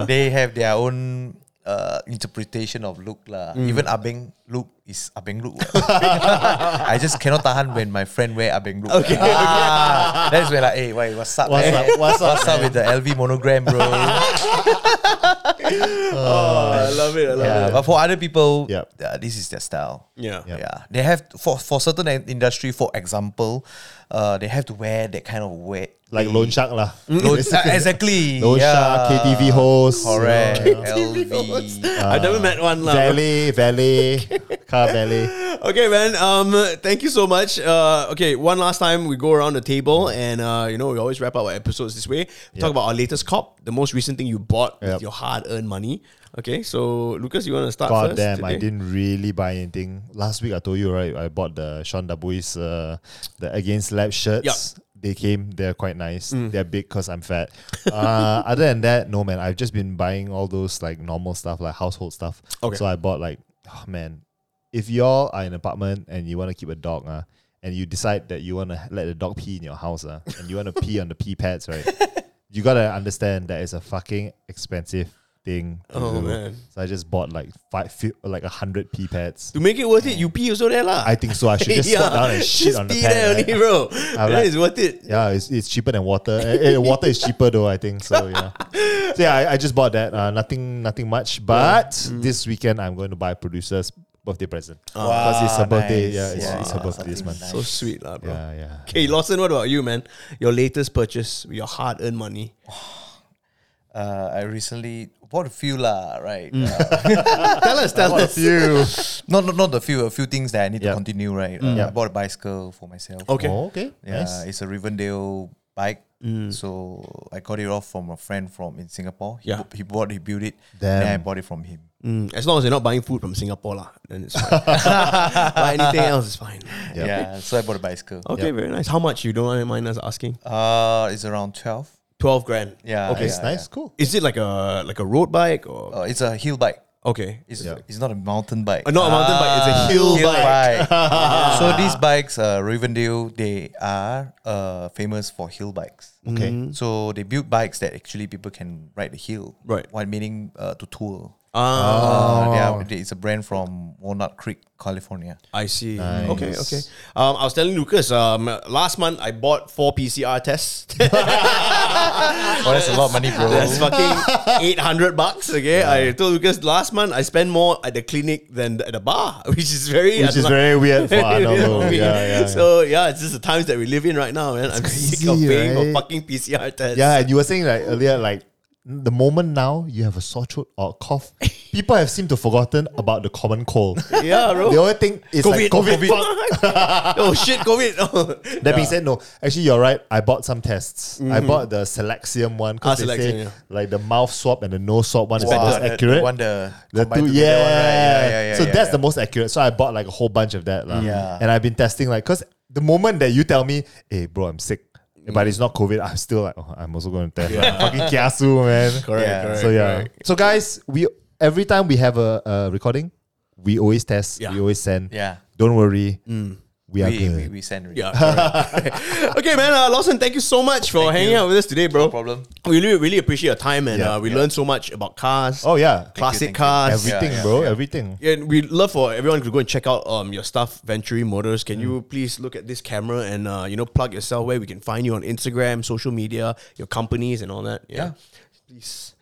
they have their own uh, interpretation of look lah.
Mm.
Even abeng look is abeng look. *laughs* lah. I just cannot tahan when my friend wear abeng look. Okay, that's when like, hey, wait, what's up?
What's
man?
up? What's up,
What's up with the LV monogram, bro?
oh, *laughs* I love it. I love
yeah,
it.
but for other people,
Yep.
uh, this is their style.
Yeah.
yeah, They have for for certain in- industry, for example, uh, they have to wear that kind of wear. *laughs*
Like loan shark lah.
Mm,
Loan- uh, *laughs* exactly.
Loan shark,
yeah.
KTV host.
Correct.
you know,
LV.
I've
Uh,
never met one. lah.
Valet, valet, car valet.
Okay, man. Um, thank you so much. Uh, okay, one last time we go around the table, and uh, you know we always wrap up our episodes this way. We Talk about our latest cop, the most recent thing you bought with
Yep.
your hard-earned money. Okay, so Lucas, you want to start
God
first?
damn, I
today?
didn't really buy anything. Last week I told you, right? I bought the Sean Dabui's uh, the Against Lab shirts.
Yup.
They came, they're quite nice.
Mm.
They're big because I'm fat.
*laughs*
Uh, other than that, no man, I've just been buying all those like normal stuff, like household stuff.
Okay.
So I bought like, oh man, if y'all are in an apartment and you want to keep a dog, uh, and you decide that you want to let the dog pee in your house, uh, and you want to pee on the pee
*laughs*
pads, right? You gotta understand that it's a fucking expensive thing. to
Oh,
do.
man.
So I just bought like five, few, like a hundred pee pads.
To make it worth it, you pee also there lah.
I think so. I should
*laughs*
just
yeah,
sit down and shit
just
on the
pee
pad.
there
right?
only, bro.
I'm
that
like-
is worth it.
Yeah, it's, it's cheaper than water. Eh, eh, water is cheaper though, I think.
*laughs*
So yeah, so yeah, I, I just bought that. Uh, nothing, nothing much. But
Mm.
this weekend, I'm going to buy producer's birthday present
Ah,
because it's her
Wow,
birthday.
nice.
Yeah, it's,
Yeah,
it's her birthday this
something
month.
nice.
So sweet lah, bro.
Yeah, yeah.
Okay, Lawson, what about you, man? Your latest purchase, your hard-earned money.
Uh, I recently bought a few lah, right? Uh,
tell us,
*laughs*
tell us.
You.
not, not not a few, a few things that I need
Yeah.
to continue, right? Uh, I bought a bicycle for myself.
Okay.
Oh, okay.
Yeah,
Nice.
it's a Rivendell bike.
Mm.
So I got it off from a friend from in Singapore. He,
Yeah.
bu- he bought, he built it. Then I
Damn.
bought it from
*laughs*
him.
Mm, as long as you're not buying food from Singapore lah, then it's fine.
*laughs*
but anything else is fine.
Yeah.
Yeah. So I bought a bicycle.
Okay, very nice. How much you don't mind us asking?
Uh, it's around twelve.
Twelve grand.
Yeah.
Okay, it's
yeah,
nice.
yeah.
Cool.
Is it like a like a road bike or
Uh, it's a hill bike.
okay?
It's,
Yeah.
it's not a mountain bike.
Uh,
Ah.
not a mountain bike, it's a hill *laughs* bike.
bike. so these bikes, uh, Rivendell, they are uh, famous for hill bikes.
Okay.
Mm.
So they build bikes that actually people can ride the hill.
Right.
While meaning uh, to tour.
Ah,
Uh, they are, they- it's a brand from Walnut Creek, California.
I see. Okay, okay. Um, I was telling Lucas. Um, last month I bought four PCR tests. *laughs*
Oh, that's a lot of money, bro.
That's fucking eight hundred bucks. Okay, I told Lucas last month I spent more at the clinic than at the bar, *laughs* which is very
Which is
unlike-
very weird
*laughs*
for
Very weird
Arnold.
for me.
Yeah, yeah.
So yeah, it's just the times that we live in right now, man. I'm sick of
crazy,
paying for
right?
fucking PCR tests.
Yeah, and you were saying like earlier, like the moment now you have a sore throat or
*laughs*
cough, people have seemed to forgotten about the common cold.
yeah, bro.
They only think it's like COVID.
*laughs*
fuck.
oh shit, COVID. *laughs* Oh.
That being said, no, actually you're right. I bought some tests. I bought the Celexium one because
Mm-hmm. Ah, Celexium,
they say
yeah.
like the mouth swab and the nose swab one is the
Wow.
most
The- the
accurate.
one the
The
combined
two, yeah.
together one, right? yeah, yeah, yeah.
so
yeah,
that's the
yeah.
most accurate. So I bought like a whole bunch of that. lah.
Yeah.
And I've been testing like, because the moment that you tell me, hey, bro, I'm sick, but it's not COVID, I'm still like, oh, I'm also going to test. Like, fucking kiasu, man.
Correct,
Yeah.
correct,
so yeah.
correct.
So guys, we every time we have a, a recording, we always test,
Yeah.
we always send.
Yeah.
Don't worry. We are
we,
good.
we, we send it.
Yeah. correct. *laughs* okay, man. Uh, Lawson, thank you so much for hanging out with us today, bro.
No problem.
We really, really appreciate your time, and
Yeah.
uh, we learned so much about cars,
Oh yeah.
classic
thank you.
cars.
Everything,
yeah,
bro. Everything.
And we'd love for everyone to go and check out um your stuff, Venturi Motors.
Mm.
Can you please look at this camera and uh, you know plug yourself where we can find you on Instagram, social media, your companies, and all that. Yeah,
Yeah.
please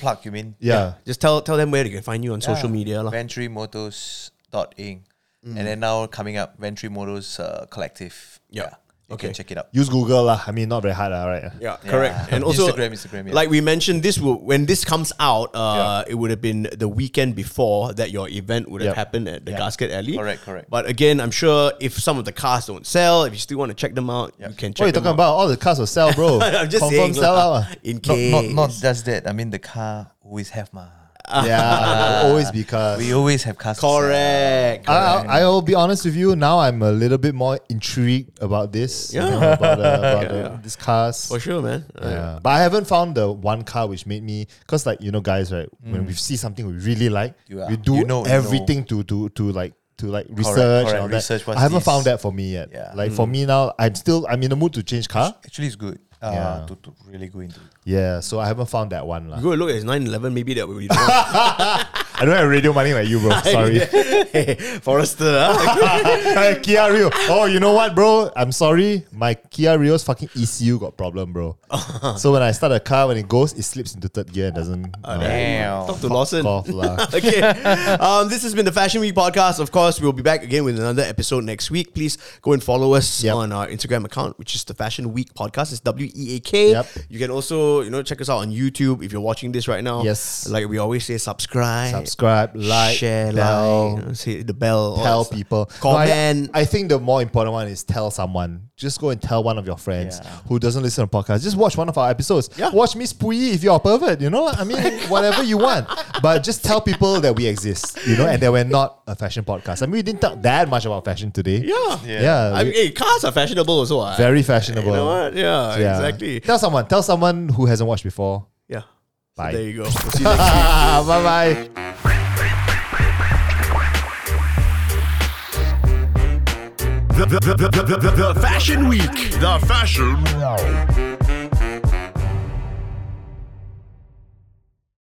Plug, you mean?
Yeah.
just tell tell them where they can find you on social
Yeah.
media. lah.
VentureMotos.inc. And then now coming up, Venture Motors uh, Collective.
Yeah.
You
Okay.
can check it out.
Use Google lah. I mean, not very hard lah, right?
Yeah,
Yeah.
correct. And also,
Instagram, Instagram, yeah.
like we mentioned, this will, when this comes out, uh, it would have been the weekend before that your event would have
Yep.
happened at the
Yeah.
Gasket Alley.
Correct, correct.
But again, I'm sure if some of the cars don't sell, if you still want to check them out, you can check
What are you
them
talking
out.
about? All the cars will sell, bro.
*laughs* I'm just
Confirm
saying,
sell
lah,
out. ah.
in
Not,
case.
not, not just that. I mean, the car always have ma.
Yeah, will always be cars.
We always have cars. to sell.
correct.
I, I- I will be honest with you. Now I'm a little bit more intrigued about this. you
Yeah.
know, about, uh,
*laughs*
about uh, these cars.
For sure, man.
Yeah. But I haven't found the one car which made me because like you know guys right when we see something we really like
Mm. You are-
we do
you know- you
everything to to to like to like research
correct.
and all that.
Research what's
I haven't
this.
found that for me yet.
Yeah. Mm.
Like for me now, I'm still I'm in the mood to change car.
Actually, it's good uh,
Yeah.
to, to really go into it.
Yeah, so I haven't found that one lah.
Go look at 911, maybe that will be *laughs*
*laughs*
the
I don't have radio money like you,
*laughs*
bro. Sorry.
hey, Forrester. ah.
*laughs* Hey, Kia Rio. Oh, you know what, bro? I'm sorry. My Kia Rio's fucking ECU got problem, bro. so when I start a car, when it goes, it slips into third gear and doesn't.
Oh,
uh,
Damn.
Talk to Lawson.
off lah.
*laughs* okay. Um, this has been the Fashion Week podcast. Of course, we'll be back again with another episode next week. Please go and follow us
Yep.
on our Instagram account, which is the Fashion Week podcast. It's W E A K.
Yep.
You can also, you know, check us out on YouTube if you're watching this right now.
Yes.
Like we always say, subscribe,
Subscribe, like,
share,
bell,
like, you know, hit the bell, all
tell
that stuff.
people. No, I-
comment.
I, think the more important one is tell someone. Just go and tell one of your friends
Yeah.
who doesn't listen to podcasts. Just watch one of our episodes.
Yeah.
Watch Miss Pui if you're a pervert, you know?
*laughs*
I mean, whatever you want. But just tell people that we exist, you know, and that we're not a fashion podcast. I mean, we didn't talk that much about fashion today.
yeah.
Yeah.
I
we-
mean, hey, cars are fashionable also. ah.
very fashionable.
You know what? Yeah,
Yeah.
exactly.
Tell someone. Tell someone who hasn't
*laughs*
watched before.
Yeah. So
Bye.
there
*laughs*
you go. We'll see you next week.
Ah, bye bye.
The, the, the, the, the, the, the Fashion Week. The Fashion